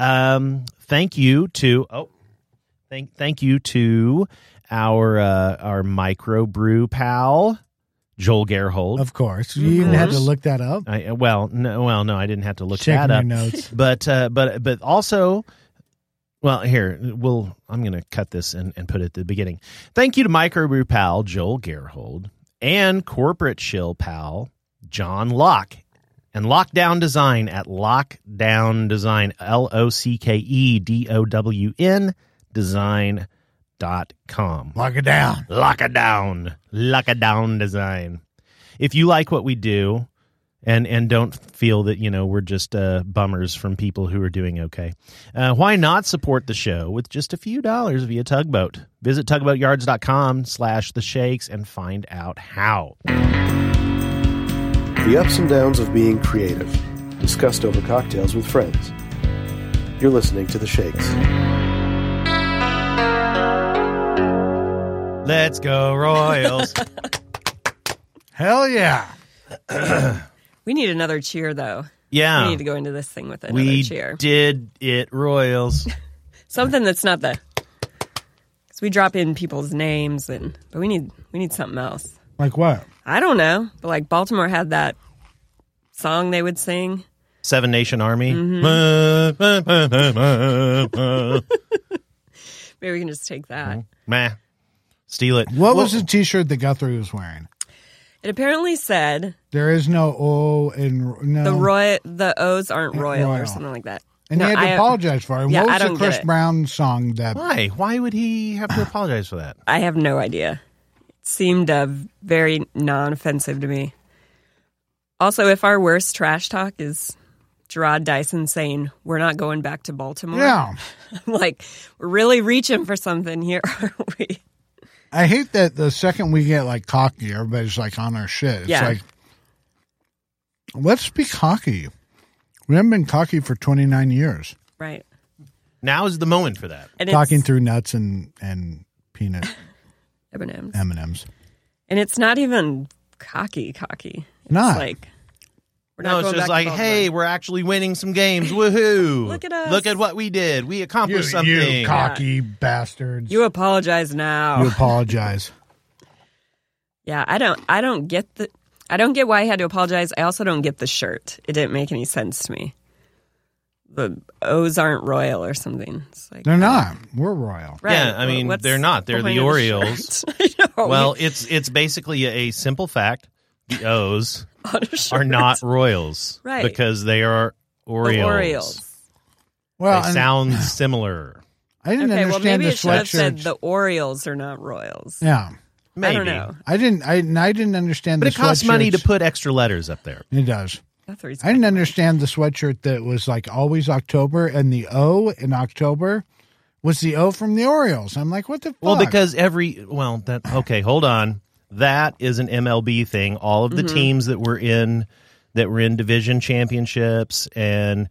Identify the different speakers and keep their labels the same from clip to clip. Speaker 1: Um, thank you to oh, thank thank you to our uh, our microbrew pal Joel Gerhold.
Speaker 2: Of course,
Speaker 1: Mm-hmm.
Speaker 2: you even had to look that up.
Speaker 1: I, well, no, well, no, I didn't have to look
Speaker 2: Checking
Speaker 1: that
Speaker 2: your
Speaker 1: up.
Speaker 2: notes.
Speaker 1: But uh, but but also, well, here we'll I'm going to cut this and, and put it at the beginning. Thank you to microbrew pal Joel Gerhold and corporate shill pal John Locke and Lockdown Design at Lockdown Design L O C K E D O W N Design dot com.
Speaker 2: Lock it down.
Speaker 1: Lock it down. Lock it down design. If you like what we do and and don't feel that, you know, we're just uh, bummers from people who are doing okay, uh, why not support the show with just a few dollars via Tugboat? Visit tugboatyards.com slash the shakes and find out how.
Speaker 3: The ups and downs of being creative, discussed over cocktails with friends. You're listening to The Shakes.
Speaker 1: Let's go Royals.
Speaker 2: Hell yeah.
Speaker 4: We need another cheer, though. We
Speaker 2: Oh.
Speaker 1: Yeah.
Speaker 4: need to go into this thing with another
Speaker 1: We
Speaker 4: cheer.
Speaker 1: did it, Royals.
Speaker 4: Something that's not the. Because we drop in people's names, and but we need we need something else.
Speaker 2: Like what?
Speaker 4: I don't know, but like Baltimore had that song they would sing.
Speaker 1: Seven Nation Army.
Speaker 4: Mm-hmm. Maybe we can just take that.
Speaker 2: Mm-hmm.
Speaker 1: Meh. Steal it.
Speaker 2: What was the T-shirt that Guthrie was wearing?
Speaker 4: It apparently said
Speaker 2: There is no O in no.
Speaker 4: the roy the O's aren't
Speaker 2: Ain't
Speaker 4: royal,
Speaker 2: Um, royal.
Speaker 4: or something like that.
Speaker 2: and
Speaker 4: No,
Speaker 2: he had to
Speaker 4: I, uh,
Speaker 2: apologize for it.
Speaker 4: Yeah,
Speaker 2: what was
Speaker 4: I don't
Speaker 2: the
Speaker 4: get
Speaker 2: Chris
Speaker 4: it.
Speaker 2: Brown song that?
Speaker 1: Why? Why would he have to apologize for that?
Speaker 4: I have no idea. It seemed uh, very non-offensive to me. Also, if our worst trash talk is Gerard Dyson saying we're not going back to Baltimore,
Speaker 2: Yeah,
Speaker 4: like we're really reaching for something here, aren't we?
Speaker 2: I hate that. The second we get like cocky, everybody's like on our shit. It's
Speaker 4: Yeah.
Speaker 2: like, let's be cocky. We haven't been cocky for twenty nine years.
Speaker 4: Right.
Speaker 1: Now is the moment for that.
Speaker 4: And
Speaker 2: Talking
Speaker 4: it's
Speaker 2: through nuts and and peanut
Speaker 4: M&Ms.
Speaker 2: M and M's.
Speaker 4: and it's not even cocky, cocky. It's
Speaker 2: Not.
Speaker 4: like we're not
Speaker 1: No, it's
Speaker 4: going
Speaker 1: just like,
Speaker 4: back to
Speaker 1: hey,
Speaker 4: Baltimore.
Speaker 1: we're actually winning some games. Woohoo!
Speaker 4: Look at us.
Speaker 1: Look at what we did. We
Speaker 2: You,
Speaker 1: accomplished something.
Speaker 2: you cocky bastards!
Speaker 4: you apologize now.
Speaker 2: you apologize.
Speaker 4: Yeah, I don't I don't get the I don't get why he had to apologize. I also don't get the shirt. It didn't make any sense to me. The O's aren't royal or something. It's like
Speaker 2: They're not. We're royal.
Speaker 4: right,
Speaker 1: Yeah, I
Speaker 4: wh-
Speaker 1: mean,
Speaker 4: what's
Speaker 1: they're not. They're
Speaker 4: point
Speaker 1: the
Speaker 4: of
Speaker 1: Orioles.
Speaker 4: shirt? I
Speaker 2: Oh,
Speaker 4: know.
Speaker 1: well, it's it's basically a simple fact: the O's
Speaker 4: on a shirt.
Speaker 1: are not Royals,
Speaker 4: Right.
Speaker 1: Because they are
Speaker 4: The
Speaker 1: Orioles.
Speaker 4: Orioles.
Speaker 2: Well,
Speaker 1: they
Speaker 2: and
Speaker 1: sound similar.
Speaker 2: I didn't
Speaker 4: Okay, well
Speaker 2: understand
Speaker 4: maybe
Speaker 2: the
Speaker 4: it should have said
Speaker 2: sweatshirts.
Speaker 4: the Orioles are not royals.
Speaker 2: yeah,
Speaker 1: Maybe.
Speaker 4: I don't know.
Speaker 2: I didn't. I and I didn't understand.
Speaker 1: But
Speaker 2: the
Speaker 1: it costs money to
Speaker 2: sweatshirts.
Speaker 1: put extra letters up there.
Speaker 2: It does.
Speaker 4: Guthrie's
Speaker 2: I didn't understand the sweatshirt that was like always October and the O in October was the O from the Orioles. I'm like, what the fuck?
Speaker 1: Well, because every well that okay, hold on. That is an MLB thing. All of the
Speaker 4: Mm-hmm.
Speaker 1: teams that were in that were in division championships and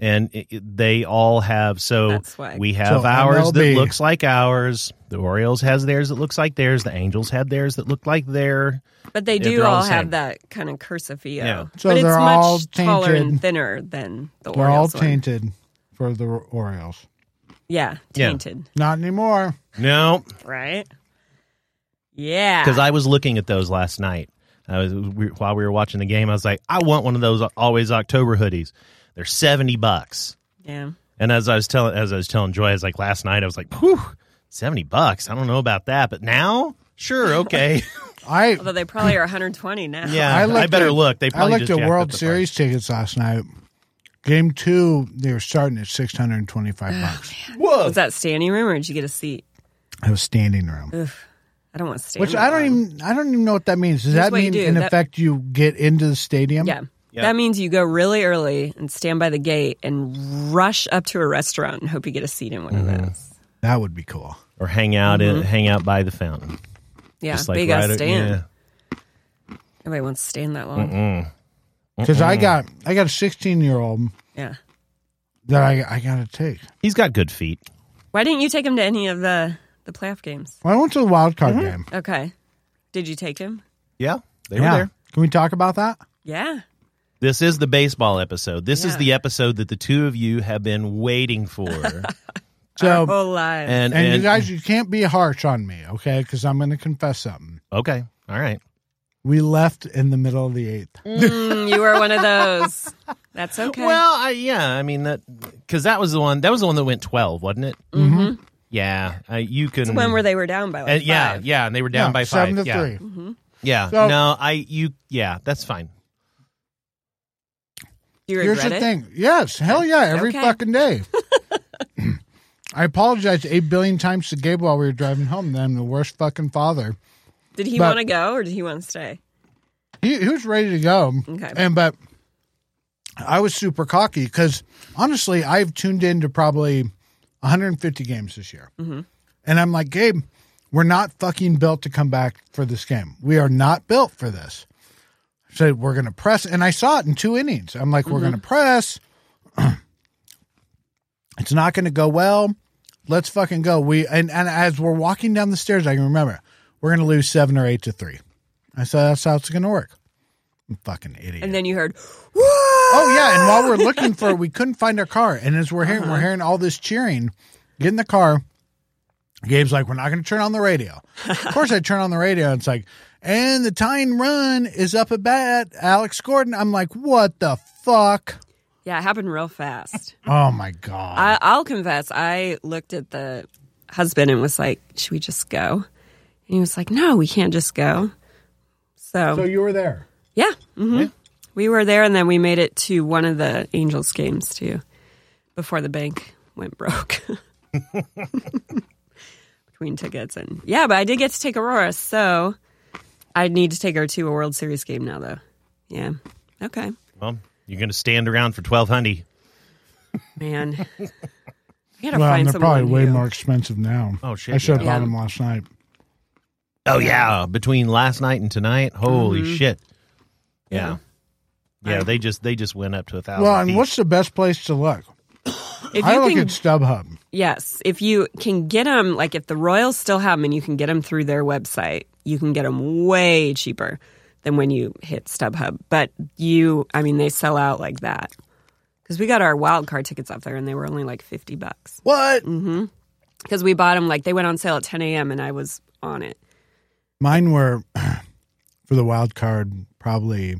Speaker 1: and it- it- they all have so
Speaker 4: That's why.
Speaker 1: we have
Speaker 2: So,
Speaker 1: ours that
Speaker 2: MLB.
Speaker 1: looks like ours. The Orioles has theirs that looks like theirs. The Angels had theirs that looked like their.
Speaker 4: But they
Speaker 1: Yeah,
Speaker 4: do
Speaker 1: they're all
Speaker 4: all
Speaker 1: the same.
Speaker 4: have that kind of cursifio.
Speaker 1: Yeah.
Speaker 2: So
Speaker 4: but it's
Speaker 2: they're
Speaker 4: much
Speaker 2: all
Speaker 4: taller
Speaker 2: tainted.
Speaker 4: and thinner than the
Speaker 2: they're all
Speaker 4: Orioles. one.
Speaker 2: tainted for the Orioles.
Speaker 4: Yeah,
Speaker 1: Yeah.
Speaker 4: tainted.
Speaker 2: Not anymore.
Speaker 1: No,
Speaker 4: Right? Yeah.
Speaker 1: because I was looking at those last night. I was we, while we were watching the game. I was like, I want one of those always October hoodies. They're seventy bucks.
Speaker 4: yeah.
Speaker 1: And as I was telling, as I was telling Joy, I was like last night, I was like, "Whew, seventy bucks. I don't know about that, but now, sure, okay,
Speaker 2: I
Speaker 4: Although they probably are 120 now.
Speaker 1: yeah,
Speaker 2: I
Speaker 1: I,
Speaker 2: looked
Speaker 1: better
Speaker 2: at-
Speaker 1: look." They
Speaker 2: I
Speaker 1: probably
Speaker 2: looked
Speaker 1: just
Speaker 2: at
Speaker 1: jacked up
Speaker 2: World
Speaker 1: the
Speaker 2: Series
Speaker 1: price.
Speaker 2: tickets last night. Game two, they were starting at six hundred and twenty-five bucks.
Speaker 4: Was that standing room or did you get a seat?
Speaker 2: It was standing room,
Speaker 4: I don't want to stand.
Speaker 2: which I don't
Speaker 4: room.
Speaker 2: even I don't even know what that means. Does
Speaker 4: That's
Speaker 2: that
Speaker 4: what
Speaker 2: mean
Speaker 4: you do.
Speaker 2: in
Speaker 4: That-
Speaker 2: effect you get into the stadium?
Speaker 4: Yeah.
Speaker 1: Yeah.
Speaker 4: That means you go really early and stand by the gate and rush up to a restaurant and hope you get a seat in one
Speaker 1: Mm-hmm.
Speaker 4: of those.
Speaker 2: that would be cool.
Speaker 1: or hang out in, hang out by the fountain,
Speaker 4: Mm-hmm. Yeah,
Speaker 1: just like
Speaker 4: big
Speaker 1: right
Speaker 4: ass
Speaker 1: o-
Speaker 4: stand.
Speaker 1: yeah.
Speaker 4: Nobody wants to stand that long.
Speaker 2: Because I got I got a sixteen-year-old
Speaker 4: Yeah.
Speaker 2: that I I got to take.
Speaker 1: He's got good feet.
Speaker 4: Why didn't you take him to any of the the playoff games?
Speaker 2: Well, I went to the wild card game.
Speaker 4: Okay. Did Mm-hmm. you take him?
Speaker 1: Yeah, they
Speaker 2: Can we talk about that?
Speaker 4: Yeah.
Speaker 1: This is the baseball episode. This is
Speaker 4: Yeah.
Speaker 1: the episode that the two of you have been waiting for. and
Speaker 2: So
Speaker 4: Our whole lives.
Speaker 1: Oh. and,
Speaker 2: and you guys, you can't be harsh on me, okay? Because I'm going to confess something.
Speaker 1: okay, all right.
Speaker 2: We left in the middle of the eighth.
Speaker 4: Mm, you were one of those. That's okay.
Speaker 1: Well, I, yeah, I mean that because that was the one that was the one that went twelve, wasn't it?
Speaker 4: hmm
Speaker 1: Yeah, uh, you can.
Speaker 4: it's when were they were down by like
Speaker 1: mm-hmm. and, yeah,
Speaker 4: five.
Speaker 1: yeah, and they were down
Speaker 2: No,
Speaker 1: by five.
Speaker 2: seven to
Speaker 1: yeah,
Speaker 2: three.
Speaker 1: yeah.
Speaker 2: So-
Speaker 1: no, I you yeah, that's fine.
Speaker 4: Do you
Speaker 2: Here's
Speaker 4: regret
Speaker 2: the
Speaker 4: it?
Speaker 2: thing. Yes, hell yeah, every
Speaker 4: Okay.
Speaker 2: fucking day. I apologized eight billion times to Gabe while we were driving home. That I'm the worst fucking father.
Speaker 4: Did he
Speaker 2: But-
Speaker 4: want to go or did he want to stay?
Speaker 2: He, he was ready to go.
Speaker 4: Okay.
Speaker 2: And but I was super cocky because honestly, I've tuned into probably 150 games this year,
Speaker 4: Mm-hmm.
Speaker 2: and I'm like, Gabe, we're not fucking built to come back for this game. We are not built for this. So we're gonna press, and I saw it in two innings. I'm like,
Speaker 4: Mm-hmm.
Speaker 2: we're gonna press. it's not gonna go well. Let's fucking go. We and, and as we're walking down the stairs, I can remember we're gonna lose seven or eight to three. I said that's how it's gonna work. I'm fucking idiot.
Speaker 4: And then you heard, "Whoa!"
Speaker 2: Oh yeah, and while we're looking for, it, we couldn't find our car, and as we're hearing,
Speaker 4: Uh-huh.
Speaker 2: we're hearing all this cheering. Get in the car. Gabe's like, "We're not going to turn on the radio." of course, I turn on the radio, and it's like, "And the tying run is up at bat, Alex Gordon." I'm like, "What the fuck?"
Speaker 4: Yeah, it happened real fast.
Speaker 2: Oh my god!
Speaker 4: I, I'll confess, I looked at the husband and was like, "Should we just go?" And he was like, "No, we can't just go." So,
Speaker 2: so you were there.
Speaker 4: yeah, hmm we were there, and then we made it to one of the Angels games too, before the bank went broke. Between tickets and yeah, but I did get to take Aurora, so I need to take her to a World Series game now, though. Yeah, okay,
Speaker 1: Well, you're gonna stand around for twelve hundred.
Speaker 4: man. We gotta
Speaker 2: Well,
Speaker 4: find
Speaker 2: and they're probably
Speaker 4: someone
Speaker 2: way
Speaker 4: who-
Speaker 2: more expensive now.
Speaker 1: Oh, shit,
Speaker 2: I should have
Speaker 4: yeah.
Speaker 2: bought them last night.
Speaker 1: Oh yeah, between last night and tonight, holy
Speaker 2: Mm-hmm.
Speaker 1: shit! Yeah, yeah,
Speaker 4: I-
Speaker 1: they just they just went up to a thousand.
Speaker 2: Well, and
Speaker 1: feet.
Speaker 2: what's the best place to look?
Speaker 4: If
Speaker 2: I
Speaker 4: you
Speaker 2: look
Speaker 4: can
Speaker 2: at StubHub.
Speaker 4: Yes, if you can get them, like if the Royals still have them and you can get them through their website, you can get them way cheaper than when you hit StubHub. But you, I mean, they sell out like that because we got our wild card tickets up there and they were only like fifty bucks
Speaker 2: What?
Speaker 4: because we bought them like they went on sale at ten a.m. and I was on it.
Speaker 2: Mine were for the wild card probably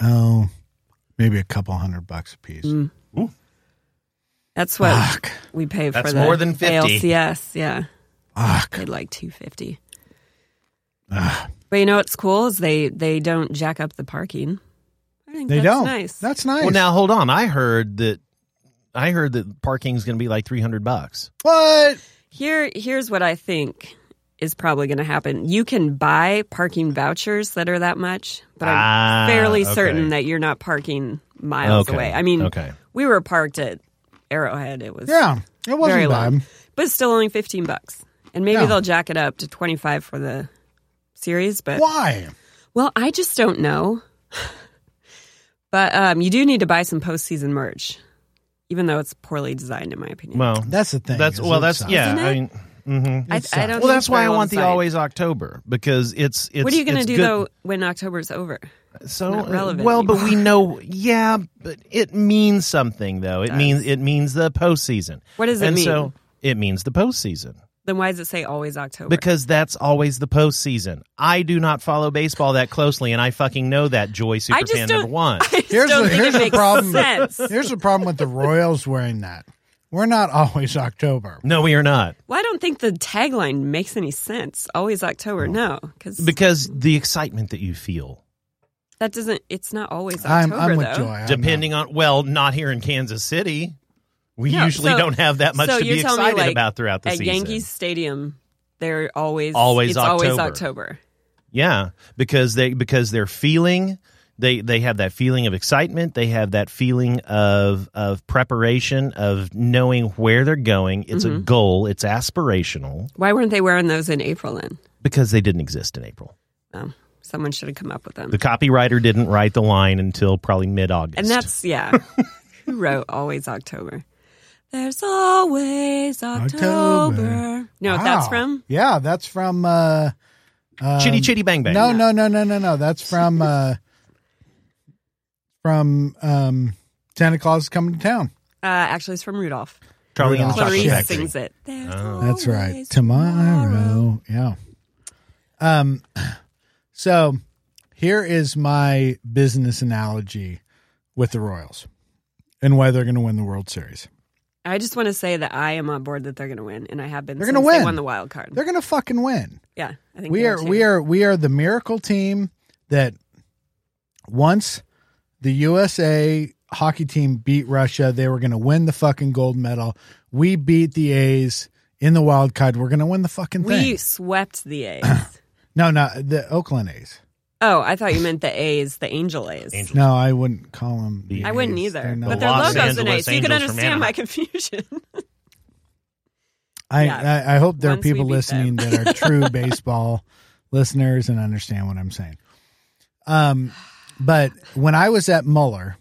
Speaker 2: oh maybe a couple hundred bucks a piece.
Speaker 4: Mm. That's what
Speaker 2: Fuck.
Speaker 4: we pay for
Speaker 1: Ah, That's
Speaker 4: the
Speaker 1: more than 50.
Speaker 4: ALCS. Yeah,
Speaker 2: Fuck.
Speaker 4: paid like two fifty.
Speaker 1: Ah.
Speaker 2: Ugh.
Speaker 4: But you know what's cool is they they don't jack up the parking. I think
Speaker 2: They
Speaker 4: that's
Speaker 2: don't.
Speaker 4: Nice.
Speaker 2: That's nice.
Speaker 1: Well, now hold on. I heard that. I heard that parking's going to be like three hundred bucks.
Speaker 2: what?
Speaker 4: Here, here's what I think is probably going to happen. You can buy parking vouchers that are that much, but I'm
Speaker 1: Ah,
Speaker 4: fairly
Speaker 1: okay.
Speaker 4: certain that you're not parking miles
Speaker 1: Okay,
Speaker 4: away. I mean,
Speaker 1: okay.
Speaker 4: we were parked at Arrowhead. It was
Speaker 2: Yeah. It wasn't
Speaker 4: very
Speaker 2: bad.
Speaker 4: long, but it's still only 15 bucks. And maybe
Speaker 2: Yeah.
Speaker 4: they'll jack it up to 25 for the series, but
Speaker 2: Why?
Speaker 4: well, I just don't know. but um, you do need to buy some postseason merch, even though it's poorly designed, in my opinion.
Speaker 1: Well,
Speaker 2: That's the thing.
Speaker 1: that's
Speaker 2: is
Speaker 1: well,
Speaker 2: it
Speaker 1: that's
Speaker 2: sucks.
Speaker 1: yeah.
Speaker 4: Isn't it?
Speaker 1: I mean, mhm.
Speaker 4: I, I
Speaker 2: sucks.
Speaker 4: don't
Speaker 1: well,
Speaker 4: think
Speaker 1: that's why I
Speaker 4: they're
Speaker 1: want the
Speaker 4: designed.
Speaker 1: always October because it's it's.
Speaker 4: What are you going
Speaker 1: it's
Speaker 4: to do
Speaker 1: good-
Speaker 4: though when October's over?
Speaker 1: So
Speaker 4: not
Speaker 1: uh,
Speaker 4: relevant
Speaker 1: well, but
Speaker 4: anymore.
Speaker 1: we know, yeah, but it means something though. It means it means the postseason.
Speaker 4: What does it
Speaker 1: and
Speaker 4: mean?
Speaker 1: So it means the postseason.
Speaker 4: Then why does it say always October?
Speaker 1: Because that's always the postseason. I do not follow baseball that closely, and I fucking know that, Joy
Speaker 4: I
Speaker 1: Superfan
Speaker 4: just don't-
Speaker 1: number one.
Speaker 4: I just
Speaker 2: Here's
Speaker 4: don't
Speaker 2: the-
Speaker 4: think
Speaker 2: here's
Speaker 4: it
Speaker 2: the
Speaker 4: makes
Speaker 2: problem.
Speaker 4: sense.
Speaker 2: Here's the problem with the Royals wearing that. We're not always October.
Speaker 1: No, we are not.
Speaker 4: Well, I don't think the tagline makes any sense. Always October, no, because
Speaker 1: Because the excitement that you feel,
Speaker 4: that doesn't. It's not always
Speaker 2: I'm,
Speaker 4: October
Speaker 2: I'm with
Speaker 4: though.
Speaker 2: Joy. I don't know.
Speaker 1: depending on, well, not here in Kansas City. We
Speaker 4: No,
Speaker 1: usually
Speaker 4: so-
Speaker 1: don't have that much
Speaker 4: so
Speaker 1: to be
Speaker 4: you're telling me,
Speaker 1: excited
Speaker 4: like,
Speaker 1: about throughout the
Speaker 4: At
Speaker 1: season.
Speaker 4: Yankees Stadium, they're always
Speaker 1: Always
Speaker 4: it's always
Speaker 1: October.
Speaker 4: October.
Speaker 1: Yeah, because they because they're feeling they they have that feeling of excitement. They have that feeling of of preparation of knowing where they're going. It's
Speaker 4: Mm-hmm.
Speaker 1: a goal. It's aspirational
Speaker 4: Why weren't they wearing those in April then?
Speaker 1: because they didn't exist in April.
Speaker 4: Oh, someone should have come up with them.
Speaker 1: The copywriter didn't write the line until probably mid August.
Speaker 4: and that's yeah. Who wrote always October? There's always October.
Speaker 2: October.
Speaker 4: You know what that's
Speaker 2: Wow.
Speaker 4: from?
Speaker 2: Yeah, that's from uh, Um,
Speaker 1: Chitty Chitty Bang Bang.
Speaker 2: No, no, no, no, no, no. That's from uh, from um, Santa Claus is coming to town.
Speaker 4: Uh, actually, it's from Rudolph.
Speaker 1: Charlie and the Chocolate
Speaker 4: Clarice
Speaker 1: Factory.
Speaker 4: sings it. There's
Speaker 1: Oh.
Speaker 2: That's right.
Speaker 4: always
Speaker 2: Tomorrow. Yeah. Um so here is my business analogy with the Royals and why they're going to win the World Series.
Speaker 4: I just want to say that I am on board that they're going to win, and I have been.
Speaker 2: They're
Speaker 4: going
Speaker 2: gonna
Speaker 4: to
Speaker 2: win.
Speaker 4: They won the wild card.
Speaker 2: They're going to fucking win.
Speaker 4: yeah, I think
Speaker 2: We
Speaker 4: they
Speaker 2: are we
Speaker 4: too.
Speaker 2: are we are the miracle team that once the USA hockey team beat Russia, they were going to win the fucking gold medal. We beat the A's in the wild card. We're going to win the fucking
Speaker 4: We
Speaker 2: thing.
Speaker 4: swept the A's.
Speaker 2: no, no, the Oakland A's.
Speaker 4: oh, I thought you meant the A's, the Angel A's.
Speaker 1: Angel.
Speaker 2: No, I wouldn't call them.
Speaker 1: The
Speaker 4: I wouldn't
Speaker 2: A's.
Speaker 4: either.
Speaker 2: not-
Speaker 4: but
Speaker 1: The
Speaker 4: their
Speaker 1: Los
Speaker 4: logo's an
Speaker 1: Angeles
Speaker 4: A's, so you can
Speaker 1: Angels from
Speaker 4: understand my
Speaker 1: Anaheim.
Speaker 4: confusion.
Speaker 2: I,
Speaker 4: yeah.
Speaker 2: I, I hope there are
Speaker 4: Once we
Speaker 2: people
Speaker 4: beat
Speaker 2: listening that are true baseball listeners and understand what I'm saying. Um, but when I was at Muller,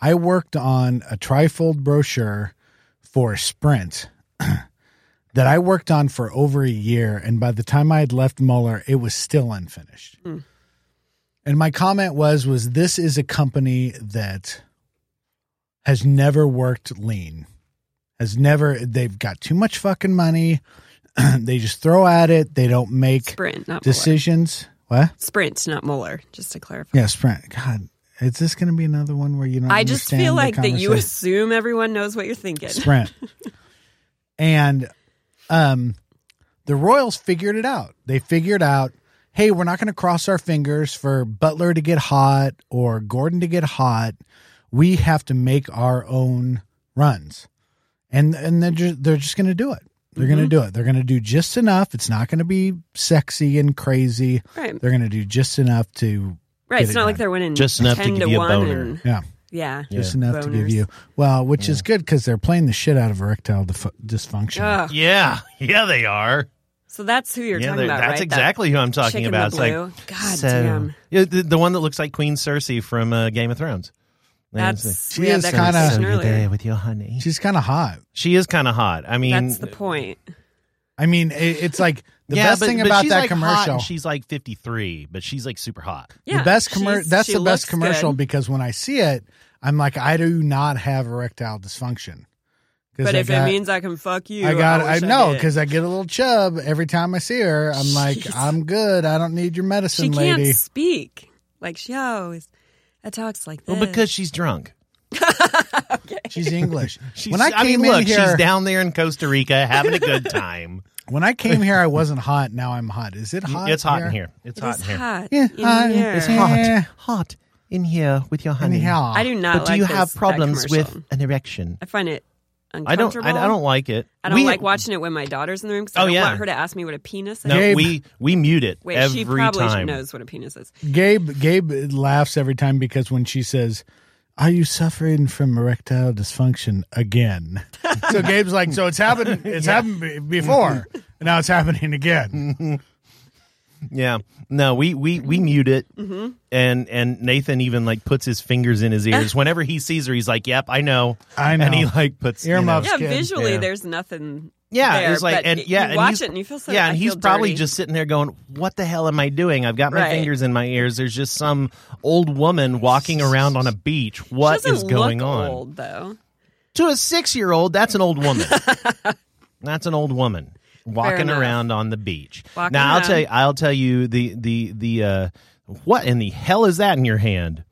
Speaker 2: I worked on a trifold brochure for Sprint that I worked on for over a year, and by the time I had left Muller, it was still unfinished.
Speaker 4: Hmm.
Speaker 2: And my comment was was this is a company that has never worked lean. Has never they've got too much fucking money. they just throw at it. They don't make
Speaker 4: Sprint, not Mueller.
Speaker 2: decisions. What?
Speaker 4: Sprint, not Mueller. Just to clarify.
Speaker 2: Yeah, Sprint. God, is this going to be another one where you don't?
Speaker 4: I just
Speaker 2: understand
Speaker 4: feel
Speaker 2: the
Speaker 4: like that you
Speaker 2: conversation?
Speaker 4: assume everyone knows what you're thinking.
Speaker 2: Sprint. and um the Royals figured it out. They figured out, hey, we're not going to cross our fingers for Butler to get hot or Gordon to get hot. We have to make our own runs. And and they're just, they're just going to do it. They're going to do it. They're going to do just enough. It's not going to be sexy and crazy.
Speaker 4: Right.
Speaker 2: They're going to do just enough to
Speaker 4: Right.
Speaker 2: Get
Speaker 4: It's
Speaker 2: it
Speaker 4: not like
Speaker 2: done.
Speaker 4: they're winning
Speaker 1: Just enough to
Speaker 4: 10
Speaker 1: give you a
Speaker 4: 1
Speaker 1: boner.
Speaker 4: and-
Speaker 2: yeah.
Speaker 4: yeah.
Speaker 2: just enough to give
Speaker 4: Boners.
Speaker 2: you well, which is good because they're playing the shit out of erectile dif- dysfunction.
Speaker 4: Ugh.
Speaker 1: Yeah, yeah, they are.
Speaker 4: So that's who you're
Speaker 1: yeah,
Speaker 4: talking
Speaker 1: they're-
Speaker 4: about,
Speaker 1: that's
Speaker 4: right? That
Speaker 1: exactly who I'm
Speaker 4: chick
Speaker 1: talking
Speaker 4: in
Speaker 1: about.
Speaker 4: The
Speaker 1: It's
Speaker 4: blue.
Speaker 1: like
Speaker 4: God
Speaker 1: so-
Speaker 4: damn.
Speaker 1: Yeah, the, the one that looks like Queen Cersei from uh, Game of Thrones. And it's
Speaker 4: That's
Speaker 2: She
Speaker 4: we had
Speaker 2: is
Speaker 4: that
Speaker 2: kinda-
Speaker 1: like,
Speaker 4: conversation
Speaker 1: "So you're there
Speaker 4: earlier.
Speaker 1: with your honey.
Speaker 2: She's kind of hot.
Speaker 1: She is kind of hot. I mean,
Speaker 4: That's the point.
Speaker 2: I mean, it, it's like the
Speaker 1: yeah,
Speaker 2: best
Speaker 1: but-
Speaker 2: thing
Speaker 1: but
Speaker 2: about
Speaker 1: she's
Speaker 2: that
Speaker 1: like hot
Speaker 2: commercial.
Speaker 1: and she's like 53, but she's like super hot.
Speaker 4: Yeah,
Speaker 2: the best commercial.
Speaker 4: she's-
Speaker 2: That's
Speaker 4: she
Speaker 2: the best
Speaker 4: looks
Speaker 2: commercial
Speaker 4: good.
Speaker 2: because when I see it, I'm like, I do not have erectile dysfunction. 'Cause
Speaker 4: But
Speaker 2: I
Speaker 4: if
Speaker 2: got-
Speaker 4: it means I can fuck you,
Speaker 2: I got, I
Speaker 4: wish
Speaker 2: know,
Speaker 4: did.
Speaker 2: because I get a little chub every time I see her. I'm like,
Speaker 4: Jeez.
Speaker 2: I'm good. I don't need your
Speaker 4: she
Speaker 2: medicine,
Speaker 4: can't
Speaker 2: lady.
Speaker 4: speak. Like she always, it talks like this.
Speaker 1: Well, because she's drunk.
Speaker 2: She's English.
Speaker 1: She's,
Speaker 2: when I came
Speaker 1: mean, look,
Speaker 2: in here,
Speaker 1: she's down there in Costa Rica having a good time.
Speaker 2: when I came here, I wasn't hot. Now I'm hot. Is it hot?
Speaker 1: it's hot in here. It's
Speaker 4: It
Speaker 1: hot
Speaker 4: is
Speaker 1: in here.
Speaker 4: hot
Speaker 2: Yeah,
Speaker 4: in
Speaker 2: hot.
Speaker 4: here.
Speaker 2: It's hot. Eh.
Speaker 1: hot in here with your honey.
Speaker 2: Anyhow,
Speaker 4: I do not.
Speaker 1: but do
Speaker 4: like
Speaker 1: you
Speaker 4: this-
Speaker 1: have
Speaker 4: that
Speaker 1: problems with
Speaker 4: commercial.
Speaker 1: an erection?
Speaker 4: I find it
Speaker 1: I don't.
Speaker 4: uncomfortable.
Speaker 1: I, I don't like it.
Speaker 4: I don't
Speaker 1: We-
Speaker 4: like watching it when my daughter's in the room because I
Speaker 1: Oh,
Speaker 4: don't
Speaker 1: yeah.
Speaker 4: want her to ask me what a penis is.
Speaker 1: No,
Speaker 2: Gabe.
Speaker 1: we we mute it
Speaker 4: Wait,
Speaker 1: every
Speaker 4: she probably
Speaker 1: time.
Speaker 4: knows what a penis is.
Speaker 2: Gabe Gabe laughs every time because when she says, "Are you suffering from erectile dysfunction again?" so Gabe's like, "So it's happened. It's happened be- before, and now it's happening again."
Speaker 1: Yeah. No, we we we mute it,
Speaker 4: Mm-hmm.
Speaker 1: and and Nathan even like puts his fingers in his ears whenever he sees her. He's like, "Yep, I know,
Speaker 2: I
Speaker 1: And he
Speaker 2: know.
Speaker 1: like puts you know-
Speaker 2: Earmuffs.
Speaker 4: Yeah,
Speaker 2: Skin.
Speaker 4: visually,
Speaker 1: Yeah.
Speaker 4: there's nothing.
Speaker 1: Yeah,
Speaker 4: there,
Speaker 1: it's like
Speaker 4: but
Speaker 1: and
Speaker 4: y-
Speaker 1: yeah,
Speaker 4: you
Speaker 1: and
Speaker 4: watch
Speaker 1: he's-
Speaker 4: it and you feel so.
Speaker 1: yeah,
Speaker 4: I
Speaker 1: and he's
Speaker 4: feel
Speaker 1: probably
Speaker 4: dirty.
Speaker 1: just sitting there going, "What the hell am I doing? I've got my
Speaker 4: Right.
Speaker 1: fingers in my ears. There's just some old woman walking around on a beach.
Speaker 4: She
Speaker 1: What
Speaker 4: doesn't
Speaker 1: is going
Speaker 4: look
Speaker 1: on?"
Speaker 4: Old though.
Speaker 1: To a six year old, that's an old woman. that's an old woman walking
Speaker 4: enough.
Speaker 1: around on the beach.
Speaker 4: Walking
Speaker 1: now I'll
Speaker 4: around.
Speaker 1: tell you. I'll tell you the the the uh, what in the hell is that in your hand?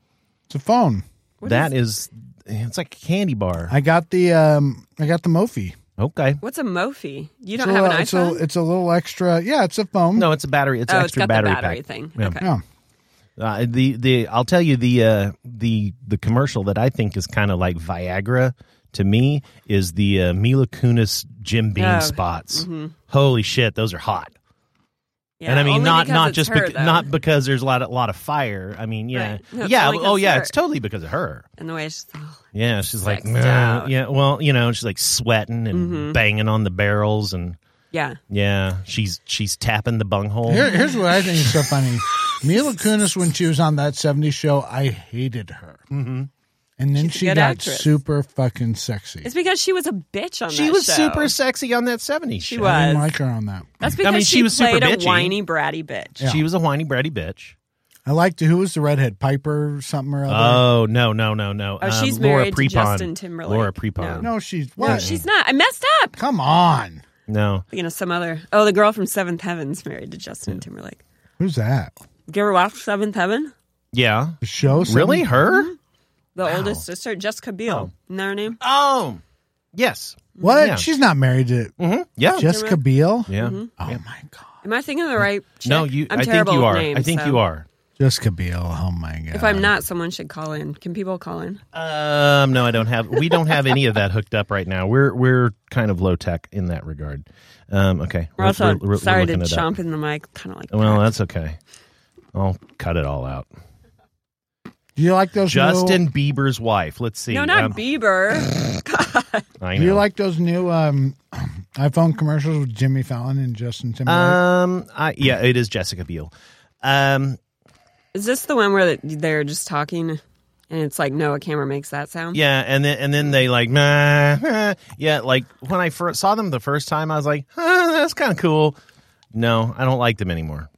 Speaker 2: It's a phone.
Speaker 1: that is, it's like a candy bar.
Speaker 2: I got the um, I got the Mophie.
Speaker 1: okay.
Speaker 4: What's a mophie? You
Speaker 2: It's
Speaker 4: don't
Speaker 2: a
Speaker 4: have an
Speaker 2: little-
Speaker 1: uh,
Speaker 2: it's a,
Speaker 4: iPhone.
Speaker 2: it's a little extra. Yeah, it's a phone.
Speaker 1: No, it's a battery. It's an
Speaker 4: oh, it's
Speaker 1: extra
Speaker 4: got
Speaker 1: battery,
Speaker 4: the battery
Speaker 1: pack.
Speaker 4: thing.
Speaker 1: Yeah.
Speaker 4: Okay.
Speaker 2: Yeah.
Speaker 1: Uh, the the I'll tell you the uh, the the commercial that I think is kind of like Viagra to me is the uh, Mila Kunis Jim Beam
Speaker 4: Oh,
Speaker 1: spots. Holy shit, those are hot.
Speaker 4: Yeah,
Speaker 1: and I mean
Speaker 4: only
Speaker 1: not
Speaker 4: because
Speaker 1: not
Speaker 4: it's
Speaker 1: just
Speaker 4: her,
Speaker 1: bec-
Speaker 4: though,
Speaker 1: not because there's a lot a lot of fire. I mean yeah
Speaker 4: Right. No, it's
Speaker 1: yeah
Speaker 4: only 'cause
Speaker 1: oh yeah
Speaker 4: her.
Speaker 1: it's totally because of her.
Speaker 4: and the way it's just, oh,
Speaker 1: Yeah, she's like
Speaker 4: Sexed
Speaker 1: "Nah."
Speaker 4: out. Mm-hmm.
Speaker 1: yeah well you know she's like sweating and banging on the barrels and
Speaker 4: yeah.
Speaker 1: yeah she's she's tapping the bunghole.
Speaker 2: Here, here's what I think is so funny. Mila Kunis, when she was on that '70s show, I hated her. And then
Speaker 4: She's a
Speaker 2: she
Speaker 4: good
Speaker 2: got
Speaker 4: actress.
Speaker 2: super fucking sexy.
Speaker 4: It's because she was a bitch on
Speaker 1: She
Speaker 4: that
Speaker 1: was
Speaker 4: show.
Speaker 1: super sexy on that 70s
Speaker 4: She
Speaker 1: show.
Speaker 2: I didn't
Speaker 4: was.
Speaker 2: like her on that.
Speaker 4: That's
Speaker 1: mean,
Speaker 4: because
Speaker 1: she
Speaker 4: she,
Speaker 1: was super
Speaker 4: played
Speaker 1: bitchy.
Speaker 4: a whiny, bratty bitch.
Speaker 1: She was a whiny, bratty bitch.
Speaker 2: I liked who was the redhead Piper or something or other.
Speaker 1: Oh, no, no, no, no. Um,
Speaker 4: Oh, she's
Speaker 1: Laura
Speaker 4: married to
Speaker 1: Prepon.
Speaker 4: Justin Timberlake.
Speaker 1: Laura Prepon.
Speaker 2: no, she's what?
Speaker 4: No, she's not. I messed up.
Speaker 2: Come on,
Speaker 1: no.
Speaker 4: You know, some other. Oh, the girl from Seventh Heaven's married to Justin Timberlake.
Speaker 2: who's that?
Speaker 4: Did you ever watch Seventh Heaven?
Speaker 1: Yeah.
Speaker 2: The show?
Speaker 1: Really?
Speaker 2: something?
Speaker 1: Her?
Speaker 4: Mm-hmm. The oldest sister, Jessica Biel. Know her name?
Speaker 1: Oh. Yes.
Speaker 2: What?
Speaker 1: Yeah.
Speaker 2: She's not married to
Speaker 1: hmm Yeah.
Speaker 2: Jessica Biel.
Speaker 1: yeah.
Speaker 2: Oh my god,
Speaker 4: Am I thinking of the right? Chick?
Speaker 1: No, you.
Speaker 4: I'm
Speaker 1: I think
Speaker 4: terrible
Speaker 1: you
Speaker 4: with
Speaker 1: are.
Speaker 4: Names,
Speaker 1: I think
Speaker 4: so.
Speaker 1: you are.
Speaker 2: Jessica Biel. Oh my god.
Speaker 4: If I'm not, someone should call in. Can people call in?
Speaker 1: Um, no, I don't have. We don't have any of that hooked up right now. We're we're kind of low tech in that regard. Um, okay.
Speaker 4: We're also
Speaker 1: we're- we're
Speaker 4: sorry to
Speaker 1: looking it up.
Speaker 4: chomp in the mic, kind of like.
Speaker 1: Well, that's okay. I'll cut it all out.
Speaker 2: do you like those
Speaker 1: Justin Bieber's wife. Let's see.
Speaker 4: no, not
Speaker 1: Um,
Speaker 4: Bieber.
Speaker 1: I
Speaker 2: New, do you
Speaker 1: know.
Speaker 2: like those new um, iPhone commercials with Jimmy Fallon and Justin Timberlake?
Speaker 1: Um, I yeah, it is Jessica Biel. Um,
Speaker 4: Is this the one where they're just talking, and it's like no, a camera makes that sound?
Speaker 1: yeah, and then and then they like, nah, huh. yeah, like when I first saw them the first time, I was like, huh, that's kind of cool. No, I don't like them anymore.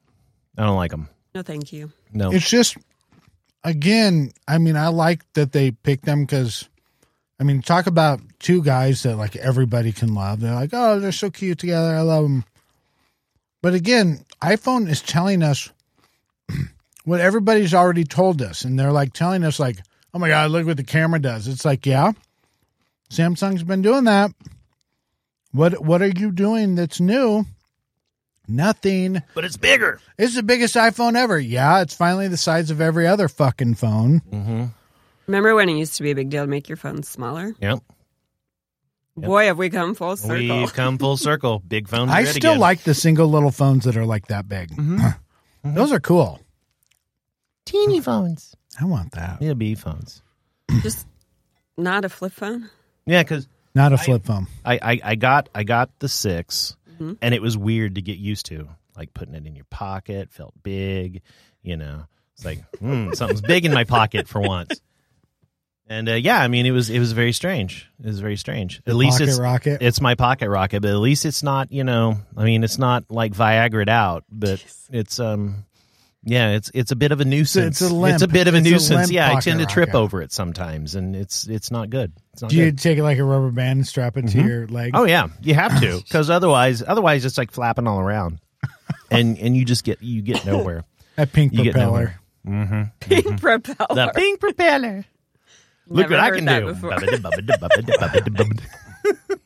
Speaker 1: I don't like them.
Speaker 4: No, thank you.
Speaker 1: No,
Speaker 2: it's just again i mean i like that they picked them because i mean talk about two guys that like everybody can love they're like oh they're so cute together i love them but again iphone is telling us what everybody's already told us and they're like telling us like oh my god look what the camera does it's like yeah samsung's been doing that what what are you doing that's new nothing
Speaker 1: but it's bigger.
Speaker 2: it's the biggest iPhone ever. Yeah, it's finally the size of every other fucking phone.
Speaker 1: Mm-hmm.
Speaker 4: Remember when it used to be a big deal to make your phone smaller?
Speaker 1: Yep,
Speaker 4: Boy, have we come full circle.
Speaker 1: we've come full circle. Big phone.
Speaker 2: I still like the single little phones that are like that big.
Speaker 1: Mm-hmm.
Speaker 2: Those are cool.
Speaker 1: teeny phones.
Speaker 2: I want that.
Speaker 1: Yeah, B phones.
Speaker 4: Just not a flip phone.
Speaker 1: Yeah, because
Speaker 2: Not a flip phone.
Speaker 1: I, I I got I got the 6 and it was weird to get used to, like putting it in your pocket. Felt big, you know. It's like hmm, something's big in my pocket for once. And uh, yeah, I mean, it was it was very strange. It was very strange. At least
Speaker 2: Pocket
Speaker 1: it's
Speaker 2: rocket.
Speaker 1: it's my pocket rocket, but at least it's not you know. I mean, it's not like Viagra'd out, but it's um. Yeah, it's it's a bit of a nuisance.
Speaker 2: a limp.
Speaker 1: bit of a
Speaker 2: It's a
Speaker 1: nuisance.
Speaker 2: limp
Speaker 1: yeah, I
Speaker 2: pocket
Speaker 1: tend to trip
Speaker 2: rocket.
Speaker 1: over it sometimes, and it's it's not good. It's not
Speaker 2: Do
Speaker 1: good.
Speaker 2: you take it like a rubber band and strap it to your leg?
Speaker 1: Oh yeah, you have to because otherwise, otherwise it's like flapping all around, and and you just get you get nowhere.
Speaker 2: That pink
Speaker 1: You get
Speaker 2: propeller.
Speaker 1: nowhere.
Speaker 4: Pink
Speaker 1: The
Speaker 4: propeller.
Speaker 1: Mm-hmm. pink propeller. Look
Speaker 4: Never
Speaker 1: what I
Speaker 4: heard
Speaker 1: can
Speaker 4: that
Speaker 1: do.
Speaker 4: before.
Speaker 1: Bubbada, bubbada, bubbada, bubbada,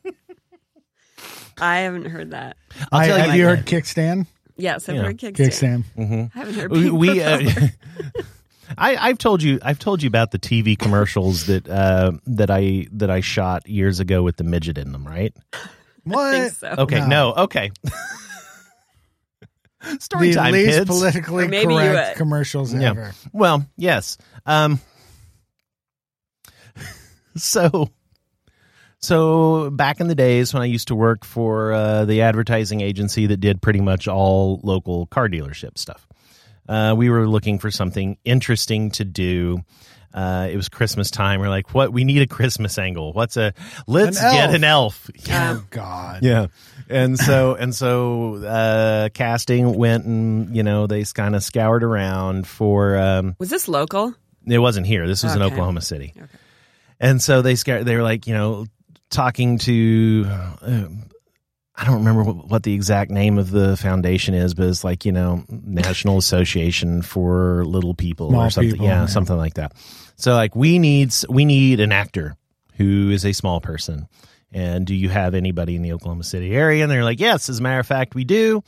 Speaker 1: bubbada.
Speaker 4: I haven't heard that.
Speaker 1: I'll
Speaker 2: I,
Speaker 1: tell
Speaker 2: have
Speaker 1: you,
Speaker 2: you heard kickstand?
Speaker 4: Yes, I've
Speaker 1: Yeah.
Speaker 4: heard kickstand.
Speaker 2: Kickstand.
Speaker 1: Mm.
Speaker 4: I haven't heard
Speaker 1: we.
Speaker 4: pink
Speaker 1: we
Speaker 4: propeller.
Speaker 1: uh, I, I've told you I've told you about the TV commercials that uh, that I that I shot years ago with the midget in them, right?
Speaker 2: What?
Speaker 4: think so.
Speaker 1: Okay, no, okay. Story
Speaker 2: the
Speaker 1: time,
Speaker 2: least
Speaker 1: kids.
Speaker 2: politically
Speaker 4: Or maybe you,
Speaker 2: correct
Speaker 4: uh,
Speaker 2: commercials
Speaker 1: Yeah.
Speaker 2: ever.
Speaker 1: Well, yes. Um, so, so back in the days when I used to work for uh, the advertising agency that did pretty much all local car dealership stuff, uh, we were looking for something interesting to do. Uh, it was Christmas time. We're like, what? We need a Christmas angle. What's a? Let's
Speaker 2: An
Speaker 1: get
Speaker 2: elf.
Speaker 1: an elf. Yeah.
Speaker 2: Oh God.
Speaker 1: Yeah. And so and so uh casting went and you know they kind of scoured around for um
Speaker 4: Was this local?
Speaker 1: it wasn't here. This was in
Speaker 4: Okay.
Speaker 1: Oklahoma City.
Speaker 4: Okay.
Speaker 1: And so they scared. They were like, you know, talking to. um, I don't remember what, what the exact name of the foundation is, but it's like you know, National Association for Little People or
Speaker 2: Small
Speaker 1: something.
Speaker 2: people,
Speaker 1: yeah,
Speaker 2: yeah.
Speaker 1: something like that. So like, we need s- we need an actor who is a small person. And do you have anybody in the Oklahoma City area? And they're like, yes. As a matter of fact, we do.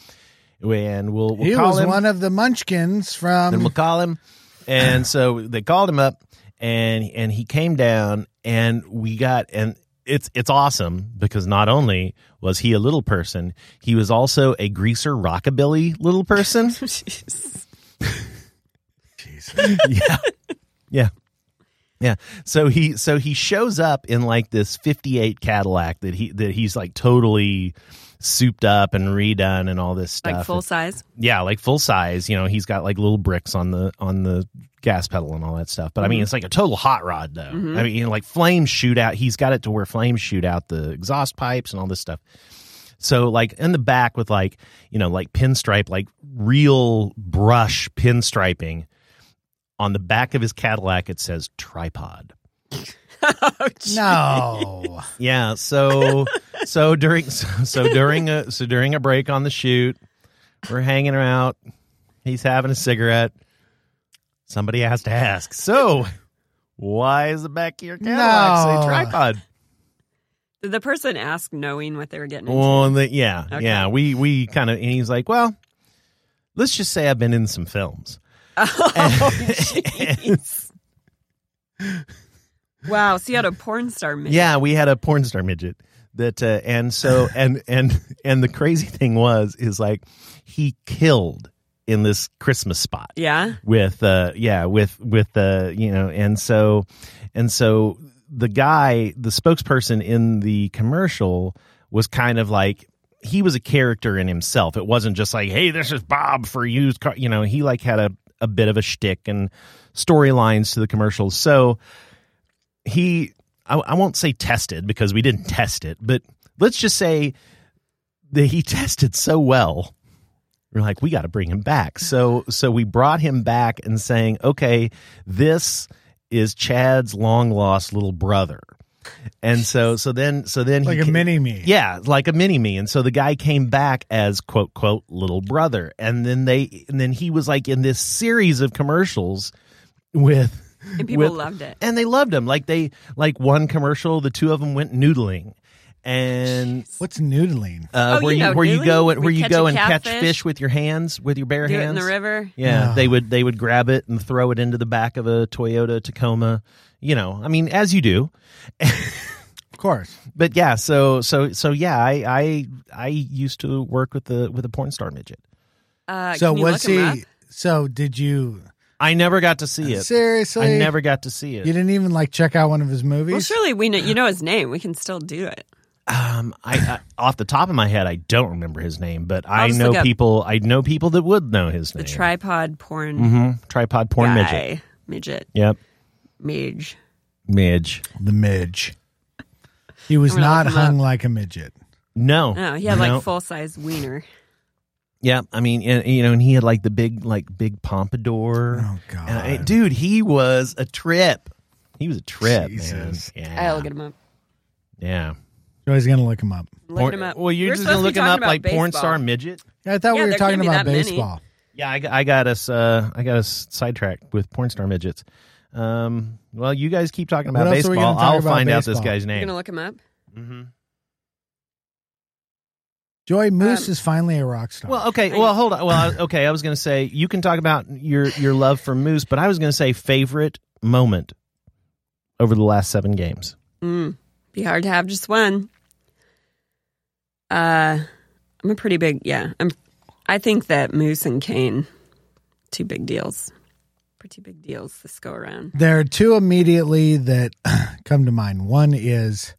Speaker 1: And we'll we'll
Speaker 2: He
Speaker 1: call
Speaker 2: was
Speaker 1: him.
Speaker 2: one of the Munchkins from.
Speaker 4: Um,
Speaker 1: Then we'll call him. And so they called him up and and he came down and we got and it's it's awesome because not only was he a little person, he was also a greaser rockabilly little person.
Speaker 4: Jeez.
Speaker 2: Jesus.
Speaker 1: yeah. Yeah. Yeah. So he so he shows up in like this 58 Cadillac that he that he's like totally souped up and redone and all this stuff.
Speaker 4: like full size.
Speaker 1: yeah, like full size, you know, he's got like little bricks on the on the gas pedal and all that stuff. But I mean, it's like a total hot rod though. I mean, you know, like flames shoot out. He's got it to where flames shoot out the exhaust pipes and all this stuff. So like in the back with like, you know, like pinstripe, like real brush pinstriping on the back of his Cadillac it says tripod.
Speaker 4: Oh,
Speaker 2: No.
Speaker 1: Yeah, so so during so, so during a so during a break on the shoot, we're hanging out. He's having a cigarette. Somebody has to ask. So, why is the back of your Cadillac
Speaker 2: No.
Speaker 1: say tripod?
Speaker 4: Did the person ask knowing what they were getting into?
Speaker 1: Well, and the, yeah,
Speaker 4: Okay.
Speaker 1: yeah. We we kind of and he's like, well, let's just say I've been in some films.
Speaker 4: Oh, jeez. wow. So you had a porn star midget.
Speaker 1: Yeah, we had a porn star midget that, uh, and so and and and the crazy thing was is like he killed in this Christmas spot.
Speaker 4: Yeah.
Speaker 1: with uh yeah with with uh you know and so and so the guy the spokesperson in the commercial was kind of like he was a character in himself it wasn't just like hey this is bob for used car you know he like had a a bit of a shtick and storylines to the commercials so he I, I won't say tested because we didn't test it but let's just say that he tested so well we're like we got to bring him back so so we brought him back and saying okay this is chad's long lost little brother and so so then so then
Speaker 2: like
Speaker 1: he
Speaker 2: a
Speaker 1: ca-
Speaker 2: mini me.
Speaker 1: yeah, like a mini me. And so the guy came back as quote quote little brother. And then they and then he was like in this series of commercials with
Speaker 4: And people
Speaker 1: with-
Speaker 4: loved it.
Speaker 1: And they loved him. Like they like one commercial, the two of them went noodling. And
Speaker 2: What's noodling?
Speaker 1: uh,
Speaker 4: Oh,
Speaker 1: where
Speaker 4: you
Speaker 1: you,
Speaker 4: know,
Speaker 1: where you
Speaker 4: noodling?
Speaker 1: go and where
Speaker 4: We
Speaker 1: you
Speaker 4: catch
Speaker 1: go
Speaker 4: a
Speaker 1: and catch
Speaker 4: catfish.
Speaker 1: fish with your hands, with your bare
Speaker 4: Do it
Speaker 1: hands
Speaker 4: in the river.
Speaker 1: Yeah,
Speaker 2: No.
Speaker 1: they would they would grab it and throw it into the back of a Toyota Tacoma. You know, I mean, as you do.
Speaker 2: Of course.
Speaker 1: but yeah, so so so yeah, I I I used to work with the with a porn star midget.
Speaker 4: Uh,
Speaker 2: so
Speaker 4: can you
Speaker 2: was
Speaker 4: look 'em
Speaker 2: he? So did you?
Speaker 1: I never got to see it.
Speaker 2: Seriously,
Speaker 1: I never got to see
Speaker 2: You
Speaker 1: it.
Speaker 2: didn't even like check out one of his
Speaker 4: Well,
Speaker 2: movies.
Speaker 4: surely we know you know his name. We can still do it.
Speaker 1: Um, I, I off the top of my head, I don't remember his name, but I
Speaker 4: just
Speaker 1: know
Speaker 4: look up-
Speaker 1: people. I know people that would know his
Speaker 4: The
Speaker 1: name.
Speaker 4: tripod porn
Speaker 1: Mhm. tripod porn
Speaker 4: guy.
Speaker 1: midget.
Speaker 4: Midget.
Speaker 1: Yep,
Speaker 4: Midge.
Speaker 1: midge.
Speaker 2: the midge. He was
Speaker 4: I'm gonna
Speaker 2: not
Speaker 4: look him up.
Speaker 2: hung like a midget.
Speaker 1: No,
Speaker 4: Oh, he had like
Speaker 1: No.
Speaker 4: full size wiener.
Speaker 1: Yeah, I mean, and, you know, and he had like the big, like big pompadour.
Speaker 2: Oh, God.
Speaker 1: And I- dude, he was a trip. He was a trip,
Speaker 2: Jesus.
Speaker 1: man.
Speaker 4: I'll
Speaker 1: Yeah,
Speaker 4: look him up.
Speaker 1: yeah.
Speaker 2: So he's gonna look him up.
Speaker 4: I'm looking
Speaker 1: Porn-
Speaker 4: him up.
Speaker 1: Well, you're
Speaker 4: We're
Speaker 1: just
Speaker 4: supposed
Speaker 1: gonna
Speaker 4: to be
Speaker 1: look him
Speaker 4: talking
Speaker 1: up
Speaker 4: about
Speaker 1: like porn
Speaker 4: baseball.
Speaker 1: star midget.
Speaker 2: Yeah, I thought
Speaker 4: Yeah,
Speaker 2: we were
Speaker 4: there couldn't
Speaker 2: talking
Speaker 4: be
Speaker 2: about
Speaker 4: that many.
Speaker 2: baseball.
Speaker 1: Yeah, I, I got us. Uh, I got us sidetracked with porn star midgets. Um, well, you guys keep talking about
Speaker 2: What else are we
Speaker 1: baseball.
Speaker 2: gonna talk
Speaker 1: I'll
Speaker 2: about
Speaker 1: find out this
Speaker 2: baseball?
Speaker 1: guy's
Speaker 4: You're
Speaker 1: name.
Speaker 4: gonna look him up.
Speaker 1: hmm
Speaker 2: Joy Moose
Speaker 4: Um,
Speaker 2: is finally a rock star.
Speaker 4: oh.
Speaker 1: Well, okay. Well, hold on. Well, I- okay. I was going to say you can talk about your your love for Moose, but I was going to say favorite moment over the last seven games.
Speaker 4: Mm, be hard to have just one. Uh, I'm a pretty big yeah. I'm. I think that Moose and Kane, two big deals, pretty big deals this go around.
Speaker 2: there are two immediately that come to mind. One is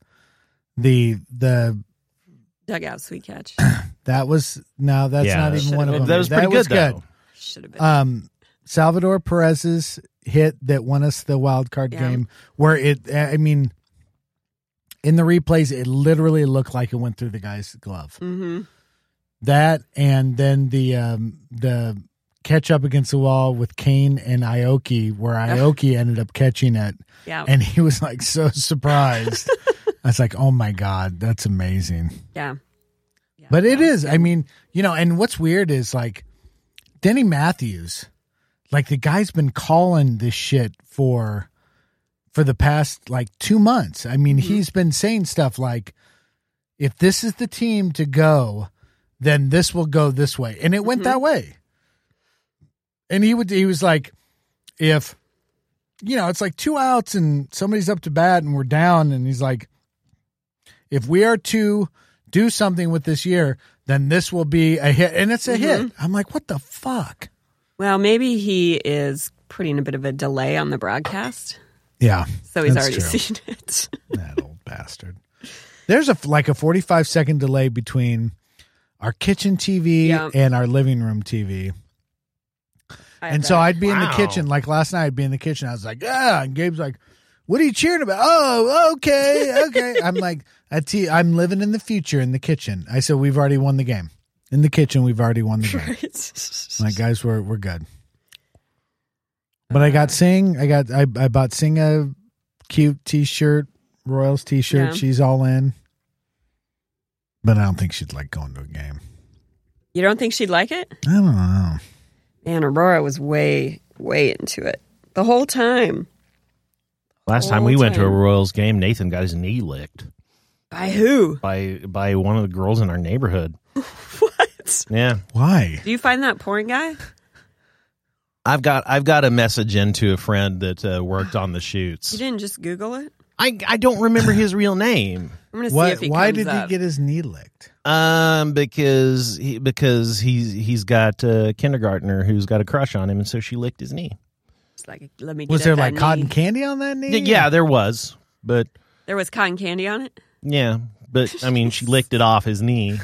Speaker 2: the the
Speaker 4: Dugout sweet catch
Speaker 2: that was no, that's
Speaker 1: Yeah.
Speaker 2: not even one of them.
Speaker 1: That was pretty good, though.
Speaker 4: should have been.
Speaker 2: Um, Salvador Perez's hit that won us the wild card
Speaker 4: Yeah.
Speaker 2: game, where it, I mean, in the replays, it literally looked like it went through the guy's glove.
Speaker 4: mm-hmm.
Speaker 2: That and then the um, the catch up against the wall with Kane and Ioki, where Ioki ended up catching it,
Speaker 4: Yeah,
Speaker 2: and he was like so surprised. I was like, "Oh my god, that's amazing!"
Speaker 4: yeah, yeah.
Speaker 2: But it
Speaker 4: yeah.
Speaker 2: is. I mean, you know, and what's weird is like Denny Matthews, like the guy's been calling this shit for for the past like two months. I mean, he's been saying stuff like, if this is the team to go, then this will go this way. And it went that way. And he would he was like, if you know, it's like two outs and somebody's up to bat and we're down, and he's like, if we are to do something with this year, then this will be a hit. And it's a hit. I'm like, what the fuck?
Speaker 4: Well, maybe he is putting a bit of a delay on the broadcast.
Speaker 2: Yeah.
Speaker 4: so he's
Speaker 2: that's
Speaker 4: already
Speaker 2: true.
Speaker 4: seen it.
Speaker 2: that old bastard. There's a like a 45 second delay between our kitchen TV
Speaker 4: Yeah.
Speaker 2: and our living room TV. And so I'd be in the
Speaker 1: Wow.
Speaker 2: kitchen. Like last night, I'd be in the kitchen. I was like, ah. And Gabe's like, what are you cheering about? Oh, okay, okay. I'm like, I t- I'm living in the future in the kitchen. I said, we've already won the game. In the kitchen, we've already won the game. I'm like, guys, we're we're good. But I got Sing. I got I I bought Sing a cute T-shirt, Royals T-shirt.
Speaker 4: Yeah.
Speaker 2: She's all in. But I don't think she'd like going to a game.
Speaker 4: you don't think she'd like it?
Speaker 2: I don't know.
Speaker 4: Man, Aurora was way, way into it the whole time.
Speaker 1: Last time
Speaker 4: All
Speaker 1: we went to a
Speaker 4: time.
Speaker 1: Royals game, Nathan got his knee licked
Speaker 4: By who?
Speaker 1: by by one of the girls in our neighborhood.
Speaker 4: What?
Speaker 1: Yeah,
Speaker 2: Why?
Speaker 4: Do you find that porn guy?
Speaker 1: I've got I've got a message into a friend that uh, worked on the
Speaker 4: You
Speaker 1: shoots.
Speaker 4: didn't just Google it?
Speaker 1: I I don't remember his real name.
Speaker 4: I'm gonna see
Speaker 2: Why?
Speaker 4: if he
Speaker 2: Why
Speaker 4: comes
Speaker 2: did
Speaker 4: up.
Speaker 2: he get his knee licked?
Speaker 1: Um, because he, because he's he's got a kindergartner who's got a crush on him, and so she licked his knee.
Speaker 4: It's like, let me.
Speaker 2: Was
Speaker 4: get
Speaker 2: there
Speaker 4: at that
Speaker 2: like cotton
Speaker 4: knee.
Speaker 2: candy on that knee?
Speaker 1: Yeah, there was, but
Speaker 4: There was cotton candy on it.
Speaker 1: yeah, but I mean, she licked it off his knee.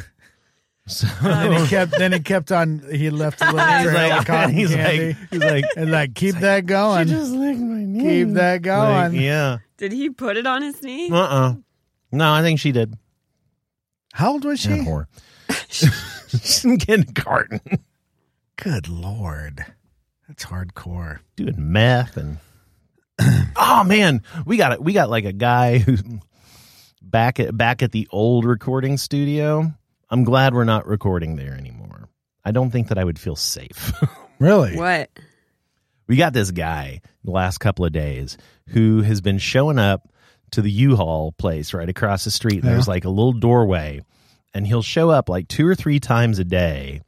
Speaker 1: So
Speaker 2: And it kept. Then it kept on. He left a little trail of cotton
Speaker 1: he's
Speaker 2: candy.
Speaker 1: like, he's like,
Speaker 2: and like, keep that going.
Speaker 1: licked my knee.
Speaker 2: keep that going.
Speaker 1: yeah.
Speaker 4: Did he put it on his knee?
Speaker 1: Uh uh No, I think she did.
Speaker 2: How old was she?
Speaker 1: That whore. She's in kindergarten.
Speaker 2: Good lord, that's hardcore.
Speaker 1: doing meth and oh man, we got it. We got like a guy who's back at back at the old recording studio. I'm glad we're not recording there anymore. I don't think that I would feel safe.
Speaker 2: Really?
Speaker 4: What?
Speaker 1: we got this guy the last couple of days who has been showing up to the U-Haul place right across the street. And
Speaker 2: Yeah.
Speaker 1: There's like a little doorway, and he'll show up like two or three times a day,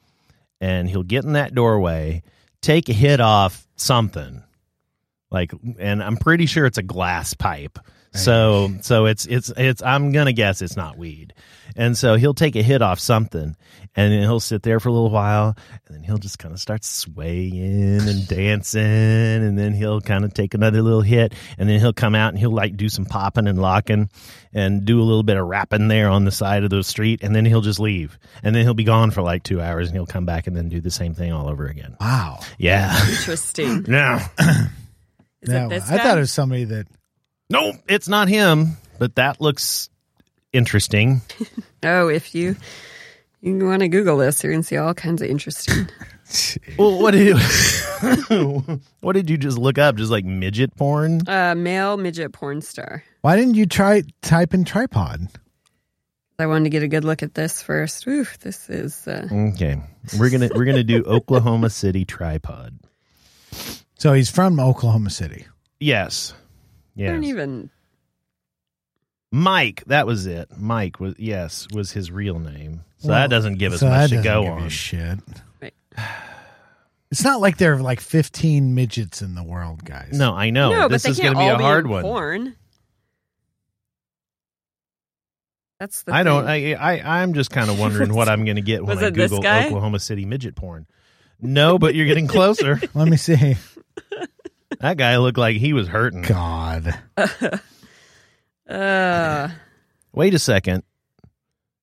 Speaker 1: and he'll get in that doorway, take a hit off something, like, and I'm pretty sure it's a glass pipe. So, so it's it's it's. I'm gonna guess it's not weed, and so he'll take a hit off something, and then he'll sit there for a little while, and then he'll just kind of start swaying and dancing, and then he'll kind of take another little hit, and then he'll come out and he'll like do some popping and locking, and do a little bit of rapping there on the side of the street, and then he'll just leave, and then he'll be gone for like two hours, and he'll come back and then do the same thing all over again.
Speaker 2: Wow.
Speaker 1: Yeah,
Speaker 4: Interesting.
Speaker 1: no,
Speaker 4: Is
Speaker 2: Yeah,
Speaker 4: it this
Speaker 2: I
Speaker 4: guy?
Speaker 2: thought it was somebody that.
Speaker 1: nope, it's not him, but that looks interesting.
Speaker 4: Oh, if you you want to Google this, you're gonna see all kinds of interesting.
Speaker 1: Well, what did you, what did you just look up? Just like midget porn?
Speaker 4: uh, male midget porn star.
Speaker 2: Why didn't you try type in tripod?
Speaker 4: I wanted to get a good look at this first. Oof, this is. Uh,
Speaker 1: Okay, we're gonna we're gonna do Oklahoma City tripod.
Speaker 2: So he's from Oklahoma City.
Speaker 1: Yes,
Speaker 4: I don't
Speaker 1: yes.
Speaker 4: even.
Speaker 1: Mike, that was it. Mike was yes was his real name. So
Speaker 2: Well,
Speaker 1: that doesn't give us
Speaker 2: So that
Speaker 1: much to
Speaker 2: doesn't
Speaker 1: go
Speaker 2: give you
Speaker 1: on.
Speaker 2: Shit.
Speaker 4: Right.
Speaker 2: It's not like there are like 15 midgets in the world, guys.
Speaker 1: No, I know
Speaker 4: no,
Speaker 1: this
Speaker 4: but they
Speaker 1: is
Speaker 4: can't
Speaker 1: gonna be
Speaker 4: all
Speaker 1: a hard
Speaker 4: be in
Speaker 1: one.
Speaker 4: Porn. That's the.
Speaker 1: I don't.
Speaker 4: thing.
Speaker 1: I, I I'm just kind of wondering what I'm gonna get when
Speaker 4: Was
Speaker 1: I
Speaker 4: it this
Speaker 1: Google
Speaker 4: guy?
Speaker 1: Oklahoma City midget porn. No, but you're getting closer.
Speaker 2: Let me see.
Speaker 1: that guy looked like he was hurting.
Speaker 2: God.
Speaker 4: uh,
Speaker 1: Wait a second.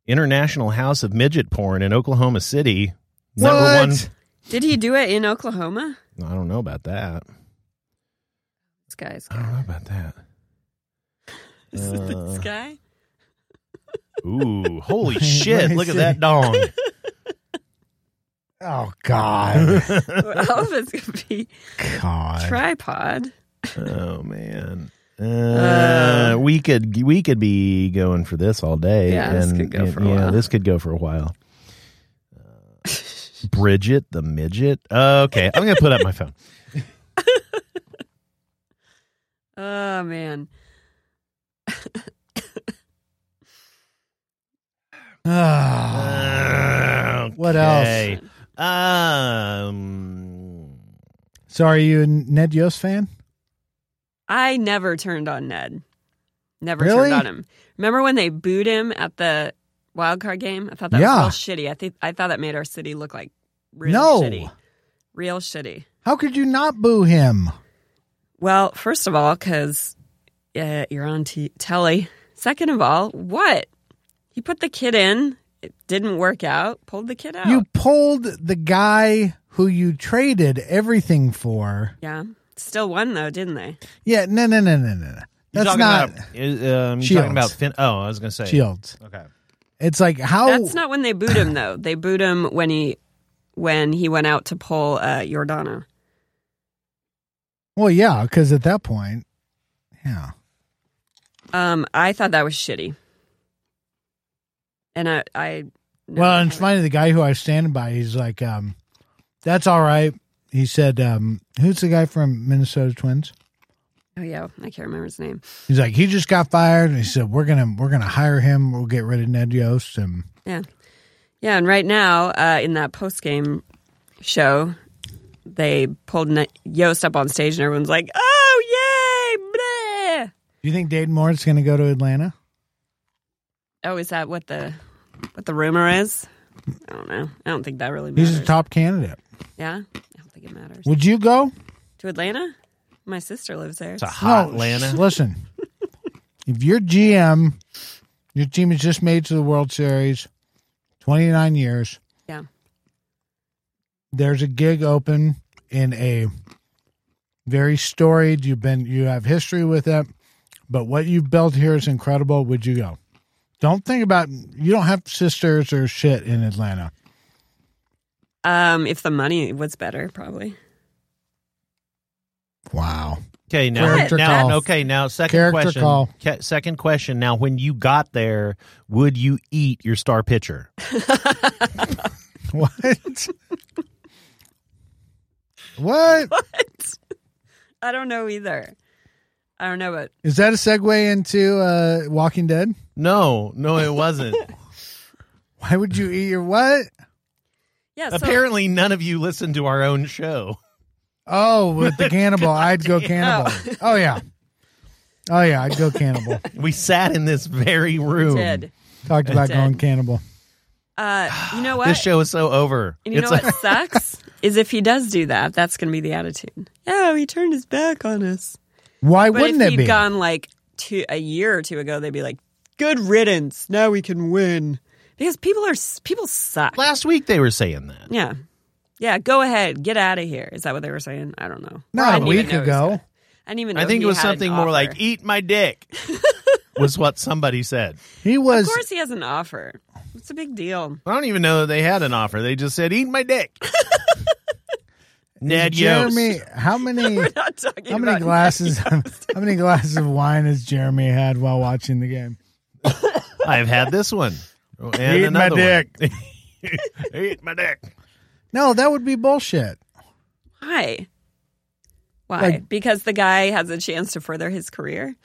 Speaker 1: International House of Midget Porn in Oklahoma City. Number
Speaker 2: What?
Speaker 4: did he do it in Oklahoma?
Speaker 1: one. I don't know about that.
Speaker 4: This guy's.
Speaker 1: I don't know about that.
Speaker 4: Is it this
Speaker 1: Uh.
Speaker 4: guy?
Speaker 1: Ooh, holy
Speaker 2: Let me
Speaker 1: shit. Look at
Speaker 2: see.
Speaker 1: that dong.
Speaker 2: Oh, God.
Speaker 4: All of it's gonna be
Speaker 2: God.
Speaker 4: tripod.
Speaker 1: oh man. Uh,
Speaker 4: Uh.
Speaker 1: we could we could be going for this all day.
Speaker 4: Yeah, this could go for a
Speaker 1: yeah,
Speaker 4: while.
Speaker 1: this could go for a while. Uh, Bridget the midget. Uh, Okay, I'm gonna put up my phone.
Speaker 4: Oh man.
Speaker 2: Ah. What else?
Speaker 1: Okay. Um,
Speaker 2: so are you a Ned Yost fan?
Speaker 4: I never turned on Ned. Never
Speaker 2: Really?
Speaker 4: turned on him. Remember when they booed him at the wild card game? I thought that
Speaker 2: Yeah.
Speaker 4: was all shitty. I think I thought that made our city look like real
Speaker 2: No.
Speaker 4: shitty. Real shitty.
Speaker 2: How could you not boo him?
Speaker 4: Well, first of all, because yeah, you're on t- telly. Second of all, what? He put the kid in. It didn't work out. Pulled the kid out.
Speaker 2: You pulled the guy who you traded everything for.
Speaker 4: yeah. Still won though, didn't they?
Speaker 2: Yeah, no, no, no, no, no. no.
Speaker 1: You're
Speaker 2: That's
Speaker 1: talking
Speaker 2: not
Speaker 1: about, is- um, you're
Speaker 2: Shields.
Speaker 1: talking about Finn. Oh, I was going to say
Speaker 2: Shields.
Speaker 1: Okay.
Speaker 2: It's like how
Speaker 4: That's not when they booed him though. They booed him when he when he went out to pull uh, Jordana.
Speaker 2: Well, yeah, because at that point, yeah,
Speaker 4: Um, I thought that was shitty. And I, I never
Speaker 2: Well, and it's
Speaker 4: had-
Speaker 2: funny. The guy who I was standing by, he's like, um, "That's all right." He said, um, "Who's the guy from Minnesota Twins?"
Speaker 4: Oh yeah, I can't remember his name.
Speaker 2: He's like, "He just got fired." And he said, "We're gonna we're gonna hire him. We'll get rid of Ned Yost." And
Speaker 4: Yeah, yeah. And right now, uh, in that post game show, they pulled Ne- Yost up on stage, and everyone's like, "Oh yay!" Bleh!
Speaker 2: do you think Dayton Moore's gonna go to Atlanta?
Speaker 4: Oh, is that what the what the rumor is? I don't know. I don't think that really matters.
Speaker 2: He's a top candidate.
Speaker 4: yeah, I don't think it matters.
Speaker 2: Would you go?
Speaker 4: To Atlanta, my sister lives there.
Speaker 1: It's a hot
Speaker 2: No,
Speaker 1: Atlanta.
Speaker 2: s- Listen, if your GM, your team has just made to the World Series, twenty nine years.
Speaker 4: Yeah.
Speaker 2: there's a gig open in a very storied you've been you have history with it but what you've built here is incredible would you go don't think about you don't have sisters or shit in atlanta
Speaker 4: Um, if the money was better, probably.
Speaker 2: wow
Speaker 1: Okay, now,
Speaker 2: Character
Speaker 1: now
Speaker 2: call.
Speaker 1: okay, now second
Speaker 2: Character
Speaker 1: question.
Speaker 2: call.
Speaker 1: Ca- second question. Now, when you got there, would you eat your star pitcher?
Speaker 2: what what
Speaker 4: What? I don't know either. I don't know, but
Speaker 2: is that a segue into uh walking dead
Speaker 1: No, no, it wasn't.
Speaker 2: why would you eat your what
Speaker 4: yeah. So,
Speaker 1: Apparently, none of you listened to our own show.
Speaker 2: oh with the cannibal i'd go cannibal oh yeah oh yeah i'd go cannibal
Speaker 1: We sat in this very room.
Speaker 4: did.
Speaker 2: talked about
Speaker 4: Dead.
Speaker 2: going cannibal
Speaker 4: Uh, you know what?
Speaker 1: This show is so over.
Speaker 4: and you know
Speaker 1: It's-
Speaker 4: what sucks is if he does do that, that's going to be the attitude. Oh, he turned his back on us.
Speaker 2: why
Speaker 4: But
Speaker 2: wouldn't
Speaker 4: if
Speaker 2: it
Speaker 4: he'd
Speaker 2: be
Speaker 4: gone like two a year or two ago, they'd be like, "Good riddance. Now we can win." Because people are s- people suck.
Speaker 1: last week they were saying that.
Speaker 4: Yeah, yeah. Go ahead, get out of here. Is that what they were saying? I don't know.
Speaker 2: No,
Speaker 4: I
Speaker 2: a
Speaker 4: didn't even
Speaker 2: week
Speaker 4: know he was
Speaker 2: ago.
Speaker 4: gonna- I didn't even. Know
Speaker 1: I think
Speaker 4: he
Speaker 1: it was
Speaker 4: had an
Speaker 1: something more like
Speaker 4: offer.
Speaker 1: "eat my dick" was what somebody said.
Speaker 2: He
Speaker 4: Of
Speaker 2: was
Speaker 4: course, he has an offer. It's a big deal.
Speaker 1: I don't even know that they had an offer. They just said "eat my dick." Ned Yost.
Speaker 2: Jeremy. How many
Speaker 4: We're not talking
Speaker 2: how
Speaker 4: about
Speaker 2: many glasses how many glasses of wine has Jeremy had while watching the game?
Speaker 1: I've had this one. Oh, And
Speaker 2: Eat my
Speaker 1: another one. Eat my dick.
Speaker 2: No, that would be bullshit.
Speaker 4: Why? Why?
Speaker 2: Like-
Speaker 4: because the guy has a chance to further his career.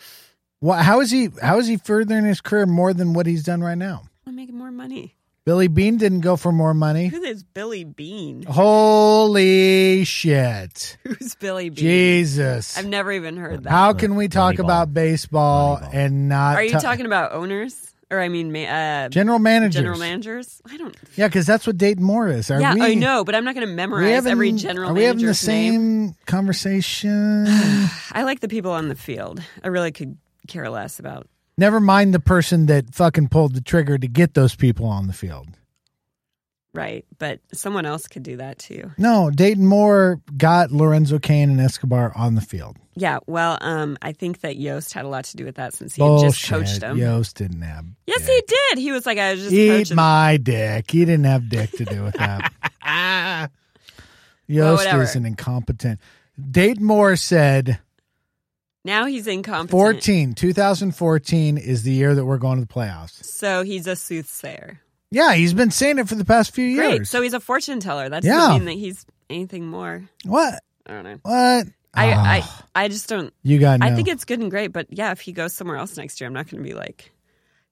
Speaker 2: Why, how is he how is he furthering his career more than what he's done right now?
Speaker 4: I'm making more money.
Speaker 2: Billy Bean didn't go for more money.
Speaker 4: Who is Billy Bean?
Speaker 2: Oh. Holy shit.
Speaker 4: Who's Billy Bean?
Speaker 2: Jesus.
Speaker 4: I've never even heard that.
Speaker 2: How can we talk
Speaker 1: Moneyball.
Speaker 2: about baseball
Speaker 1: Moneyball.
Speaker 2: and not
Speaker 4: Are you
Speaker 2: ta-
Speaker 4: talking about owners? Or I mean, ma- uh,
Speaker 2: general managers?
Speaker 4: general managers? I don't.
Speaker 2: Yeah, because that's what Dayton Moore is. Are
Speaker 4: yeah,
Speaker 2: we,
Speaker 4: I know, but I'm not going to
Speaker 2: Are we
Speaker 4: memorize
Speaker 2: having,
Speaker 4: every general
Speaker 2: are we having the
Speaker 4: manager's name.
Speaker 2: same conversation?
Speaker 4: I like the people on the field. I really could care less about.
Speaker 2: Never mind the person that fucking pulled the trigger to get those people on the field.
Speaker 4: Right, but someone else could do that too.
Speaker 2: No, Dayton Moore got Lorenzo Kane and Escobar on the field.
Speaker 4: Yeah, well, um, I think that Yost had a lot to do with that since he had
Speaker 2: Bullshit.
Speaker 4: just coached them.
Speaker 2: Yost didn't have.
Speaker 4: Yes,
Speaker 2: dick.
Speaker 4: he did. He was like, I was just
Speaker 2: Eat
Speaker 4: coaching.
Speaker 2: my dick. He didn't have dick to do with that.
Speaker 1: Ah.
Speaker 4: Well,
Speaker 2: Yost
Speaker 4: whatever.
Speaker 2: is an incompetent. Dayton Moore said
Speaker 4: now he's incompetent.
Speaker 2: 14, 2014 is the year that we're going to the playoffs.
Speaker 4: So he's a soothsayer.
Speaker 2: Yeah, he's been saying it for the past few years.
Speaker 4: Great. So he's a fortune teller. That doesn't
Speaker 2: Yeah.
Speaker 4: mean that he's anything more.
Speaker 2: what?
Speaker 4: I don't know.
Speaker 2: What?
Speaker 4: I, I,
Speaker 2: Ah,
Speaker 4: I just don't.
Speaker 2: you got no.
Speaker 4: I think it's good and great, but yeah, if he goes somewhere else next year, I'm not going to be like,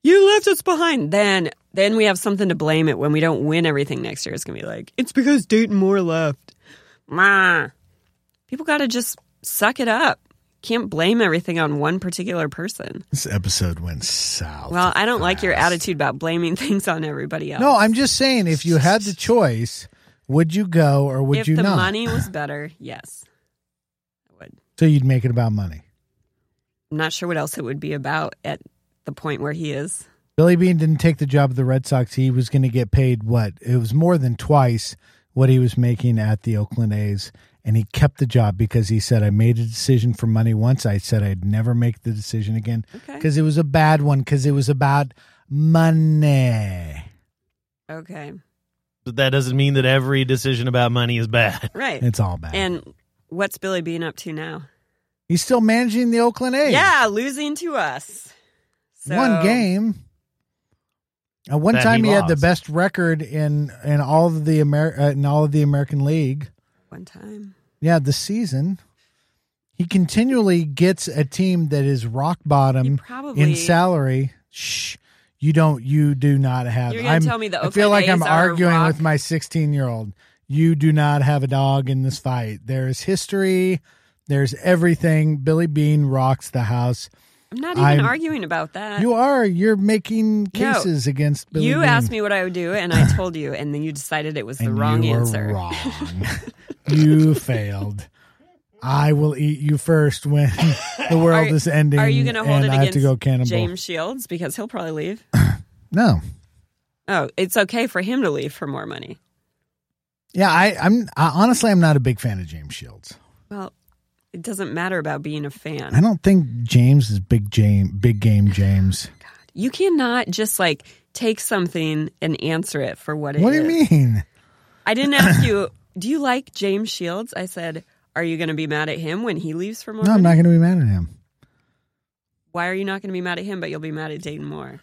Speaker 4: "You left us behind." Then, then we have something to blame it when we don't win everything next year. It's going to be like, "It's because Dayton Moore left." Ma, people got to just suck it up. Can't blame everything on one particular person.
Speaker 2: this episode went south.
Speaker 4: Well, I don't like your attitude about blaming things on everybody else.
Speaker 2: No, I'm just saying if you had the choice, would you go or would
Speaker 4: if
Speaker 2: you
Speaker 4: the
Speaker 2: not?
Speaker 4: money was better, yes, I would.
Speaker 2: so you'd make it about money.
Speaker 4: I'm not sure what else it would be about at the point where he is.
Speaker 2: Billy Bean didn't take the job of the Red Sox. He was going to get paid what? It was more than twice what he was making at the Oakland A's. And he kept the job because he said, I made a decision for money once. I said I'd never make the decision again
Speaker 4: Okay.
Speaker 2: because it was a bad one because it was about money.
Speaker 4: Okay.
Speaker 1: But that doesn't mean that every decision about money is bad.
Speaker 4: Right.
Speaker 2: It's all bad.
Speaker 4: And what's Billy Bean up to now?
Speaker 2: He's still managing the Oakland A's.
Speaker 4: Yeah, losing to us. So,
Speaker 2: one game. At one
Speaker 1: That
Speaker 2: time,
Speaker 1: he
Speaker 2: he, had the
Speaker 1: lost.
Speaker 2: best record in in all of the Amer- uh, in all of the American League.
Speaker 4: One time.
Speaker 2: Yeah, the season. He continually gets a team that is rock bottom
Speaker 4: He probably-
Speaker 2: um, in salary. Shh. You don't you do not have
Speaker 4: You're gonna tell me the
Speaker 2: I feel
Speaker 4: Oakland
Speaker 2: like I'm
Speaker 4: A's are
Speaker 2: arguing
Speaker 4: rock-
Speaker 2: with my 16-year-old. You do not have a dog in this fight. There's history, there's everything. Billy Bean rocks the house.
Speaker 4: I'm not even
Speaker 2: I'm-
Speaker 4: arguing about that.
Speaker 2: You are you're making
Speaker 4: Uh, No.
Speaker 2: cases against Billy
Speaker 4: You
Speaker 2: Bean.
Speaker 4: asked me what I would do, and I told you, and then you decided it was the
Speaker 2: And
Speaker 4: wrong
Speaker 2: you were
Speaker 4: answer.
Speaker 2: Wrong. you failed. I will eat you first when the world
Speaker 4: Are-
Speaker 2: is ending.
Speaker 4: Are you going to hold
Speaker 2: and
Speaker 4: it
Speaker 2: I have
Speaker 4: against
Speaker 2: to go cannibal.
Speaker 4: James Shields because he'll probably leave?
Speaker 2: No.
Speaker 4: Oh, it's okay for him to leave for more money.
Speaker 2: Yeah, I, I'm I, honestly I'm not a big fan of James Shields.
Speaker 4: Well, it doesn't matter about being a fan.
Speaker 2: I don't think James is big James, big game James.
Speaker 4: You cannot just like take something and answer it for what it is.
Speaker 2: What do you mean?
Speaker 4: I didn't ask you, do you like James Shields? I said, are you going to be mad at him when he leaves for more?
Speaker 2: No, I'm
Speaker 4: money?
Speaker 2: not going to be mad at him
Speaker 4: Why are you not going to be mad at him, but you'll be mad at Dayton Moore?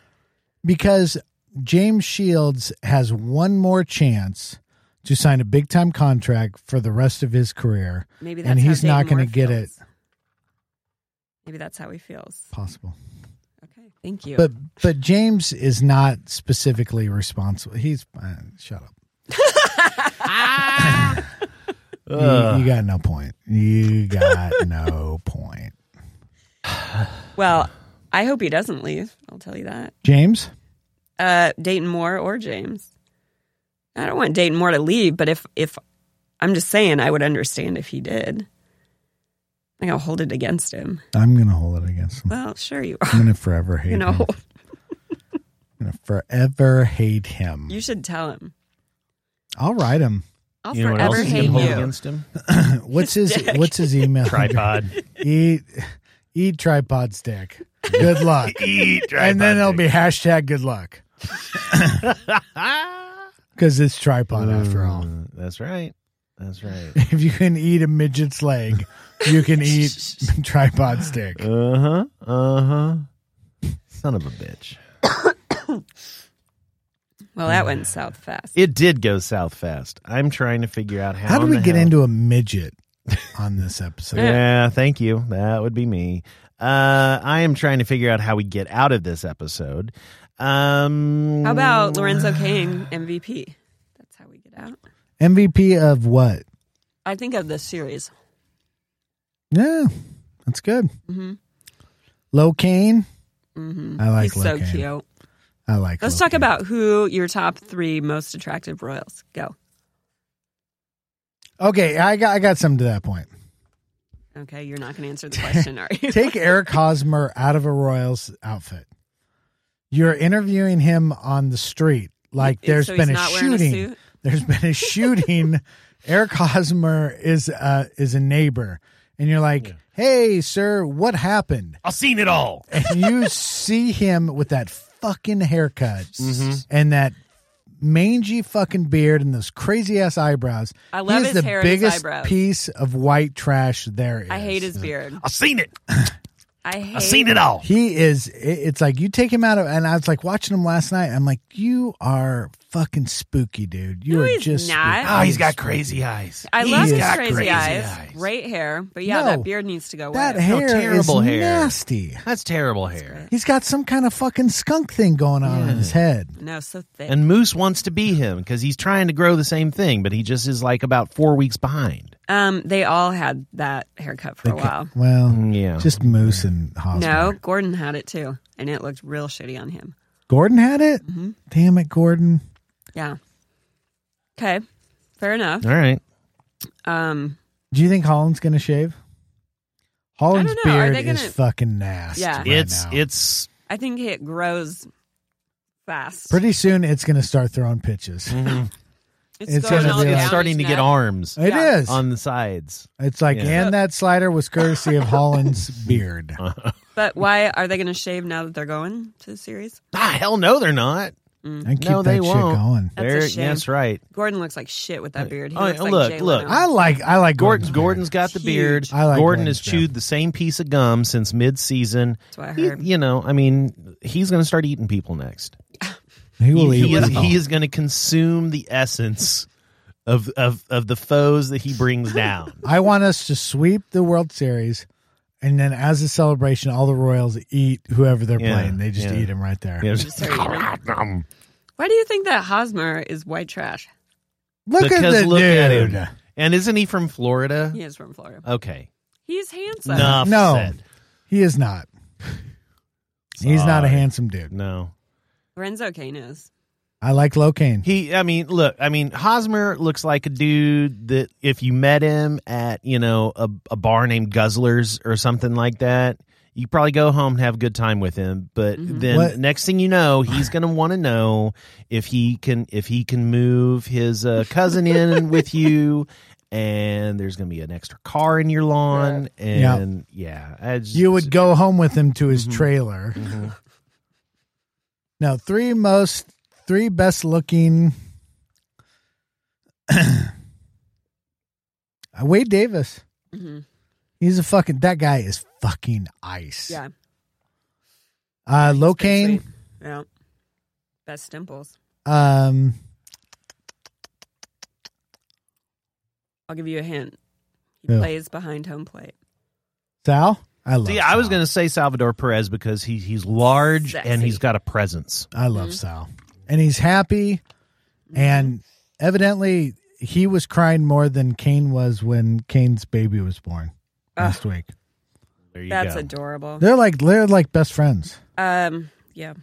Speaker 2: because James Shields has one more chance to sign a big time contract for the rest of his career.
Speaker 4: Maybe that's
Speaker 2: and
Speaker 4: how
Speaker 2: he's
Speaker 4: Dayton
Speaker 2: not
Speaker 4: going to
Speaker 2: get it
Speaker 4: Maybe that's how he feels.
Speaker 2: possible.
Speaker 4: Okay, thank you.
Speaker 2: But but James is not specifically responsible. He's uh, shut up.
Speaker 4: Mm.
Speaker 2: You-
Speaker 1: Ugh.
Speaker 2: You, got no point. You got no point.
Speaker 4: well, I hope he doesn't leave. I'll tell you that.
Speaker 2: James,
Speaker 4: uh, Dayton Moore or James. I don't want Dayton Moore to leave, but if if I'm just saying, I would understand if he did. I'm gonna hold it against him.
Speaker 2: I'm gonna hold it against him.
Speaker 4: Well, sure you
Speaker 2: I'm
Speaker 4: are.
Speaker 2: gonna forever hate
Speaker 4: You
Speaker 2: him.
Speaker 4: know,
Speaker 2: I'm gonna forever hate him.
Speaker 4: you should tell him.
Speaker 2: I'll write him.
Speaker 4: I'll
Speaker 1: You know what
Speaker 4: forever
Speaker 1: else you
Speaker 4: hate
Speaker 1: can hold
Speaker 4: you.
Speaker 1: against him?
Speaker 2: What's his
Speaker 4: dick.
Speaker 2: What's his email?
Speaker 1: Tripod.
Speaker 2: Eat eat tripod stick. Good luck.
Speaker 1: Eat
Speaker 2: and then it'll be hashtag good luck because it's tripod after all.
Speaker 1: Ah. That's right. That's right.
Speaker 2: If you can eat a midget's leg, you can eat tripod stick.
Speaker 1: Uh huh. Uh huh. Son of a bitch.
Speaker 4: Well, that went south fast.
Speaker 1: It did go south fast. I'm trying to figure out how.
Speaker 2: How do
Speaker 1: in
Speaker 2: we
Speaker 1: the
Speaker 2: get
Speaker 1: hell-
Speaker 2: into a midget on this episode?
Speaker 1: Yeah, thank you. That would be me. Uh, I am trying to figure out how we get out of this episode. Um,
Speaker 4: How about Lorenzo Kane MVP? That's how we get out.
Speaker 2: MVP of what?
Speaker 4: I think of the series.
Speaker 2: Yeah, that's good. Mm-hmm. Low cane. Mm-hmm. I like
Speaker 4: He's
Speaker 2: low
Speaker 4: so
Speaker 2: cane.
Speaker 4: cute.
Speaker 2: I like.
Speaker 4: Let's
Speaker 2: low
Speaker 4: talk
Speaker 2: cane.
Speaker 4: about who your top three most attractive Royals. Go.
Speaker 2: Okay, I got I got some to that point.
Speaker 4: Okay, you're not going to answer the question, are you?
Speaker 2: Take Eric Hosmer out of a Royals outfit. You're interviewing him on the street. Like
Speaker 4: And
Speaker 2: there's
Speaker 4: so
Speaker 2: been
Speaker 4: he's
Speaker 2: a
Speaker 4: not wearing a
Speaker 2: shooting.
Speaker 4: suit?
Speaker 2: There's been a shooting. Eric Hosmer is uh is a neighbor, and you're like, "Hey, sir, what happened?"
Speaker 1: I've seen it all.
Speaker 2: and you see him with that fucking haircut
Speaker 1: Mm-hmm.
Speaker 2: and that mangy fucking beard and those crazy ass eyebrows.
Speaker 4: I
Speaker 2: He
Speaker 4: love
Speaker 2: is
Speaker 4: his
Speaker 2: the
Speaker 4: hair and his
Speaker 2: biggest
Speaker 4: eyebrows.
Speaker 2: piece of white trash there is.
Speaker 4: I hate his beard.
Speaker 1: I've seen it.
Speaker 4: I hate.
Speaker 1: all.
Speaker 2: He is. it- It's like you take him out of, and I was like watching him last night. I'm like, you are fucking spooky, dude. You
Speaker 4: No,
Speaker 2: are
Speaker 4: he's
Speaker 2: just.
Speaker 4: not.
Speaker 2: spooky.
Speaker 1: Oh, he's got crazy eyes.
Speaker 4: I love
Speaker 1: He's
Speaker 4: his
Speaker 1: got
Speaker 4: crazy, eyes. Great hair, but yeah,
Speaker 2: No.
Speaker 4: that beard needs to go
Speaker 2: that
Speaker 4: away.
Speaker 2: hair
Speaker 1: terrible
Speaker 2: is
Speaker 1: hair.
Speaker 2: nasty.
Speaker 1: That's terrible hair.
Speaker 2: He's got some kind of fucking skunk thing going on in his head.
Speaker 4: no, so thick.
Speaker 1: And Moose wants to be him because he's trying to grow the same thing, but he just is like about four weeks behind.
Speaker 4: um, they all had that haircut for a while.
Speaker 2: Well,
Speaker 1: Mm, Yeah.
Speaker 2: just Moose and Hosmer.
Speaker 4: No, Gordon had it too, and it looked real shitty on him.
Speaker 2: Gordon had it?
Speaker 4: Mm-hmm.
Speaker 2: Damn it, Gordon.
Speaker 4: Yeah. Okay, fair enough.
Speaker 1: All right.
Speaker 4: Um,
Speaker 2: Do you think Holland's going to shave? Holland's
Speaker 4: know. Are
Speaker 2: beard
Speaker 4: they gonna-
Speaker 2: is fucking nasty.
Speaker 4: Yeah.
Speaker 2: right
Speaker 1: it's
Speaker 2: now.
Speaker 1: it's
Speaker 4: I think it grows fast.
Speaker 2: pretty soon it's going to start throwing pitches.
Speaker 1: Mm-hmm.
Speaker 2: it's
Speaker 4: going
Speaker 2: gonna
Speaker 4: all
Speaker 2: be
Speaker 4: down
Speaker 2: like-
Speaker 4: his
Speaker 1: starting to get
Speaker 4: neck.
Speaker 1: arms
Speaker 2: It
Speaker 4: Yeah.
Speaker 2: is.
Speaker 1: on the sides.
Speaker 2: it's like,
Speaker 1: Yeah. Uh-huh.
Speaker 2: and that slider was courtesy of Holland's beard.
Speaker 4: But why are they going to shave now that they're going to the series?
Speaker 1: Ah, hell no, they're not.
Speaker 4: Mm-hmm.
Speaker 2: And keep
Speaker 1: No,
Speaker 2: that
Speaker 1: they
Speaker 2: shit
Speaker 1: won't.
Speaker 2: going.
Speaker 4: That's a
Speaker 1: They're-
Speaker 4: shame.
Speaker 1: That's right.
Speaker 4: Gordon looks like shit with that beard. He
Speaker 1: Oh,
Speaker 4: looks like
Speaker 1: look,
Speaker 4: Jay
Speaker 1: look.
Speaker 4: Leno.
Speaker 2: I like I like Gordon's
Speaker 1: Gordon, Gordon's
Speaker 2: beard.
Speaker 1: got the
Speaker 4: Huge.
Speaker 1: beard.
Speaker 2: I like
Speaker 1: Gordon
Speaker 2: Gordon's
Speaker 1: has chewed
Speaker 2: beard.
Speaker 1: the same piece of gum since mid-season.
Speaker 4: That's what I
Speaker 1: He-
Speaker 4: heard.
Speaker 1: you know, I mean, he's going to start eating people next.
Speaker 2: He will
Speaker 1: he,
Speaker 2: eat.
Speaker 1: he is,
Speaker 2: it all.
Speaker 1: he is going to consume the essence of, of of the foes that he brings down.
Speaker 2: I want us to sweep the World Series, and then as a celebration, all the Royals eat whoever they're
Speaker 1: Yeah,
Speaker 2: playing. They just
Speaker 1: yeah.
Speaker 2: eat them right there.
Speaker 1: You know,
Speaker 4: Just start eating him. Why do you think that Hosmer is white trash?
Speaker 2: Look
Speaker 1: because
Speaker 2: at the
Speaker 1: look
Speaker 2: dude.
Speaker 1: at him. And isn't he from Florida?
Speaker 4: He is from Florida.
Speaker 1: Okay.
Speaker 4: He's handsome.
Speaker 1: Enough
Speaker 2: No.
Speaker 1: said.
Speaker 2: He is not. He's not a
Speaker 1: Sorry.
Speaker 2: handsome dude.
Speaker 1: No.
Speaker 4: Lorenzo Kane is.
Speaker 2: I like Locaine.
Speaker 1: He I mean, look, I mean, Hosmer looks like a dude that if you met him at, you know, a, a bar named Guzzlers or something like that, you probably go home and have a good time with him, but
Speaker 4: Mm-hmm.
Speaker 1: then
Speaker 2: What-
Speaker 1: next thing you know, he's going to want to know if he can if he can move his uh, cousin in with you and there's going to be an extra car in your lawn and yeah, I just-
Speaker 2: You would go home with him to his
Speaker 1: Mm-hmm.
Speaker 2: trailer. Now, three most, three best looking. Uh, Wade Davis.
Speaker 4: Mhm.
Speaker 2: He's a fucking. That guy is fucking ice.
Speaker 4: Yeah.
Speaker 2: Uh,
Speaker 4: Sweet.
Speaker 2: Locaine.
Speaker 4: Yeah. Best dimples.
Speaker 2: Um,
Speaker 4: I'll give you a hint. He
Speaker 2: Yeah.
Speaker 4: plays behind home plate.
Speaker 2: Sal. I love.
Speaker 1: See, I was
Speaker 2: Sal.
Speaker 1: going to say Salvador Perez because he he's large and
Speaker 4: Sexy.
Speaker 1: he's got a presence.
Speaker 2: I
Speaker 4: Mm-hmm.
Speaker 2: love Sal, and he's happy, and evidently he was crying more than Kane was when Kane's baby was born last
Speaker 4: Ah.
Speaker 2: week.
Speaker 1: There you
Speaker 4: That's
Speaker 1: go.
Speaker 4: adorable.
Speaker 2: They're like they're like best friends.
Speaker 4: Um, yeah.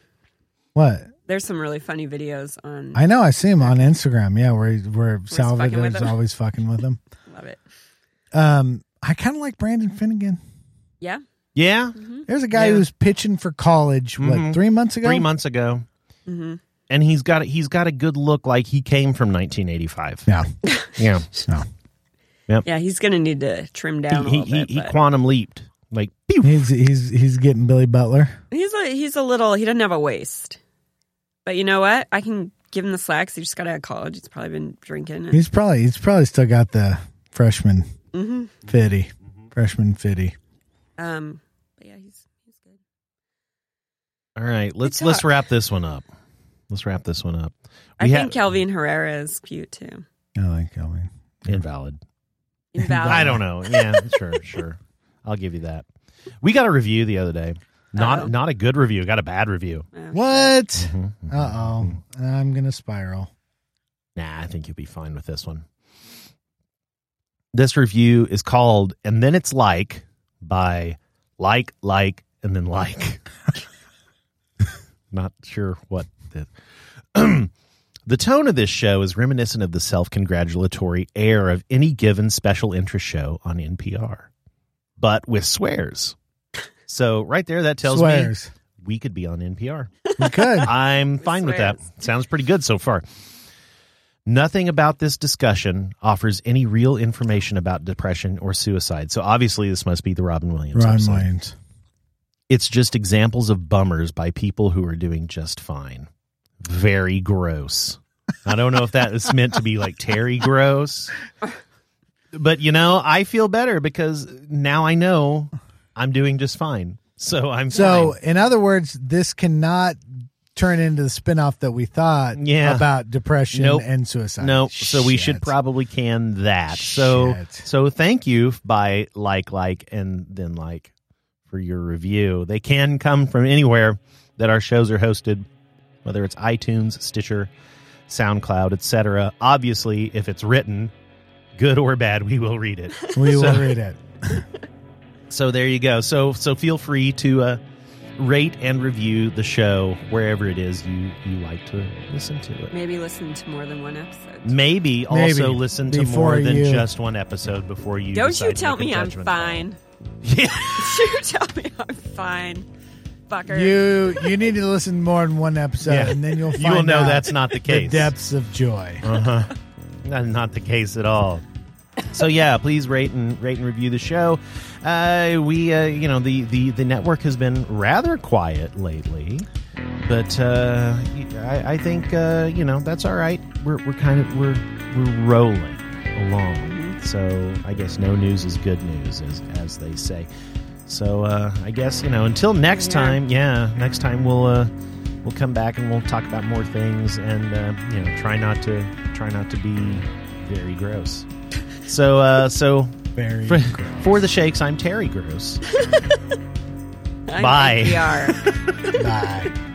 Speaker 2: What
Speaker 4: There's some really funny videos on.
Speaker 2: I know, I see him on Instagram. Yeah, where where
Speaker 4: fucking with
Speaker 2: Salvador's
Speaker 4: him.
Speaker 2: always fucking with him.
Speaker 4: Love it.
Speaker 2: Um, I kind of like Brandon Finnegan.
Speaker 4: Yeah.
Speaker 1: yeah,
Speaker 4: Mm-hmm.
Speaker 2: There's a guy
Speaker 1: Yeah.
Speaker 2: who was pitching for college what
Speaker 1: Mhm.
Speaker 2: three months ago.
Speaker 1: three months ago,
Speaker 4: Mm-hmm.
Speaker 1: and he's got he's got a good look like he came from 1985.
Speaker 2: Yeah,
Speaker 1: Yeah,
Speaker 2: so
Speaker 4: Yeah. He's going to need to trim down
Speaker 1: he
Speaker 4: a
Speaker 1: he,
Speaker 4: little
Speaker 1: he,
Speaker 4: bit.
Speaker 1: he
Speaker 4: but-
Speaker 1: quantum leaped like pew.
Speaker 2: he's he's he's getting Billy Butler.
Speaker 4: He's a he's a little he doesn't have a waist. But you know what? I can give him the slacks. He just got out of college. He's probably been drinking.
Speaker 2: He's probably he's probably still got the freshman fitty, freshman fitty.
Speaker 4: Mm-hmm. Um but yeah, he's he's good.
Speaker 1: All right, let's
Speaker 4: Good
Speaker 1: let's
Speaker 4: talk.
Speaker 1: wrap this one up. Let's wrap this one up.
Speaker 4: I
Speaker 1: We
Speaker 4: think
Speaker 1: have-
Speaker 4: Calvin Herrera is cute too.
Speaker 2: I like Kelvin.
Speaker 1: invalid.
Speaker 4: Invalid.
Speaker 1: I don't know. Yeah, sure, sure. I'll give you that. We got a review the other day. Not
Speaker 4: Oh.
Speaker 1: not a good review. Got a bad review.
Speaker 2: What?
Speaker 1: Mhm, mhm.
Speaker 2: Uh oh, I'm gonna spiral.
Speaker 1: Nah, I think you'll be fine with this one. This review is called And Then It's Like by Like, Like, and Then Like. Not sure what. The, the tone of this show is reminiscent of the self congratulatory air of any given special interest show on NPR, but with swears. So, right there, that tells
Speaker 2: Swears.
Speaker 1: me we could be on NPR.
Speaker 2: We could.
Speaker 1: I'm fine with that. Sounds pretty good so far. Nothing about this discussion offers any real information about depression or suicide. So obviously, this must be the Robin Williams.
Speaker 2: Ron
Speaker 1: episode.
Speaker 2: Williams.
Speaker 1: It's just examples of bummers by people who are doing just fine. Very gross. I don't know if that is meant to be like Terry gross, but you know, I feel better because now I know I'm doing just fine. So I'm
Speaker 2: So,
Speaker 1: fine.
Speaker 2: in other words, this cannot turn into the spinoff that we thought
Speaker 1: Yeah.
Speaker 2: about depression
Speaker 1: Nope.
Speaker 2: and suicide.
Speaker 1: No, so we
Speaker 2: Shit.
Speaker 1: should probably can that. So
Speaker 2: Shit.
Speaker 1: so thank you by like like and then like for your review. They can come from anywhere that our shows are hosted, whether it's iTunes, Stitcher, SoundCloud, etc. Obviously, if it's written, good or bad, we will read it.
Speaker 2: we will
Speaker 1: So-
Speaker 2: read it.
Speaker 1: so there you go. So so feel free to uh, rate and review the show wherever it is you you like to listen to it.
Speaker 4: Maybe listen to more than one episode.
Speaker 1: Maybe,
Speaker 2: Maybe.
Speaker 1: also listen to
Speaker 2: Before
Speaker 1: more than
Speaker 2: you-
Speaker 1: just one episode before you.
Speaker 4: Don't
Speaker 1: decide
Speaker 4: you
Speaker 1: to
Speaker 4: tell
Speaker 1: make a
Speaker 4: me I'm
Speaker 1: judgment
Speaker 4: fine.
Speaker 1: Yeah.
Speaker 4: you tell me I'm fine, fucker.
Speaker 5: You you need to listen more than one episode,
Speaker 1: Yeah.
Speaker 5: and then you'll find
Speaker 1: you will know
Speaker 5: out
Speaker 1: that's not the
Speaker 5: the
Speaker 1: case.
Speaker 5: depths of joy.
Speaker 1: That's not the case at all. So yeah, please rate and rate and review the show. Uh, we, uh, you know, the, the the network has been rather quiet lately, but uh, I, I think uh, you know that's all right. We're we're kind of we're we're rolling along. So I guess no news is good news, as as they say. So uh, I guess you know until next
Speaker 4: Yeah.
Speaker 1: time. Yeah, next time we'll. Uh, we'll come back and we'll talk about more things and uh, you know try not to try not to be very gross so uh so
Speaker 5: Very
Speaker 1: for, for the shakes i'm terry gross
Speaker 4: I think
Speaker 1: Bye.
Speaker 4: We are.
Speaker 5: bye.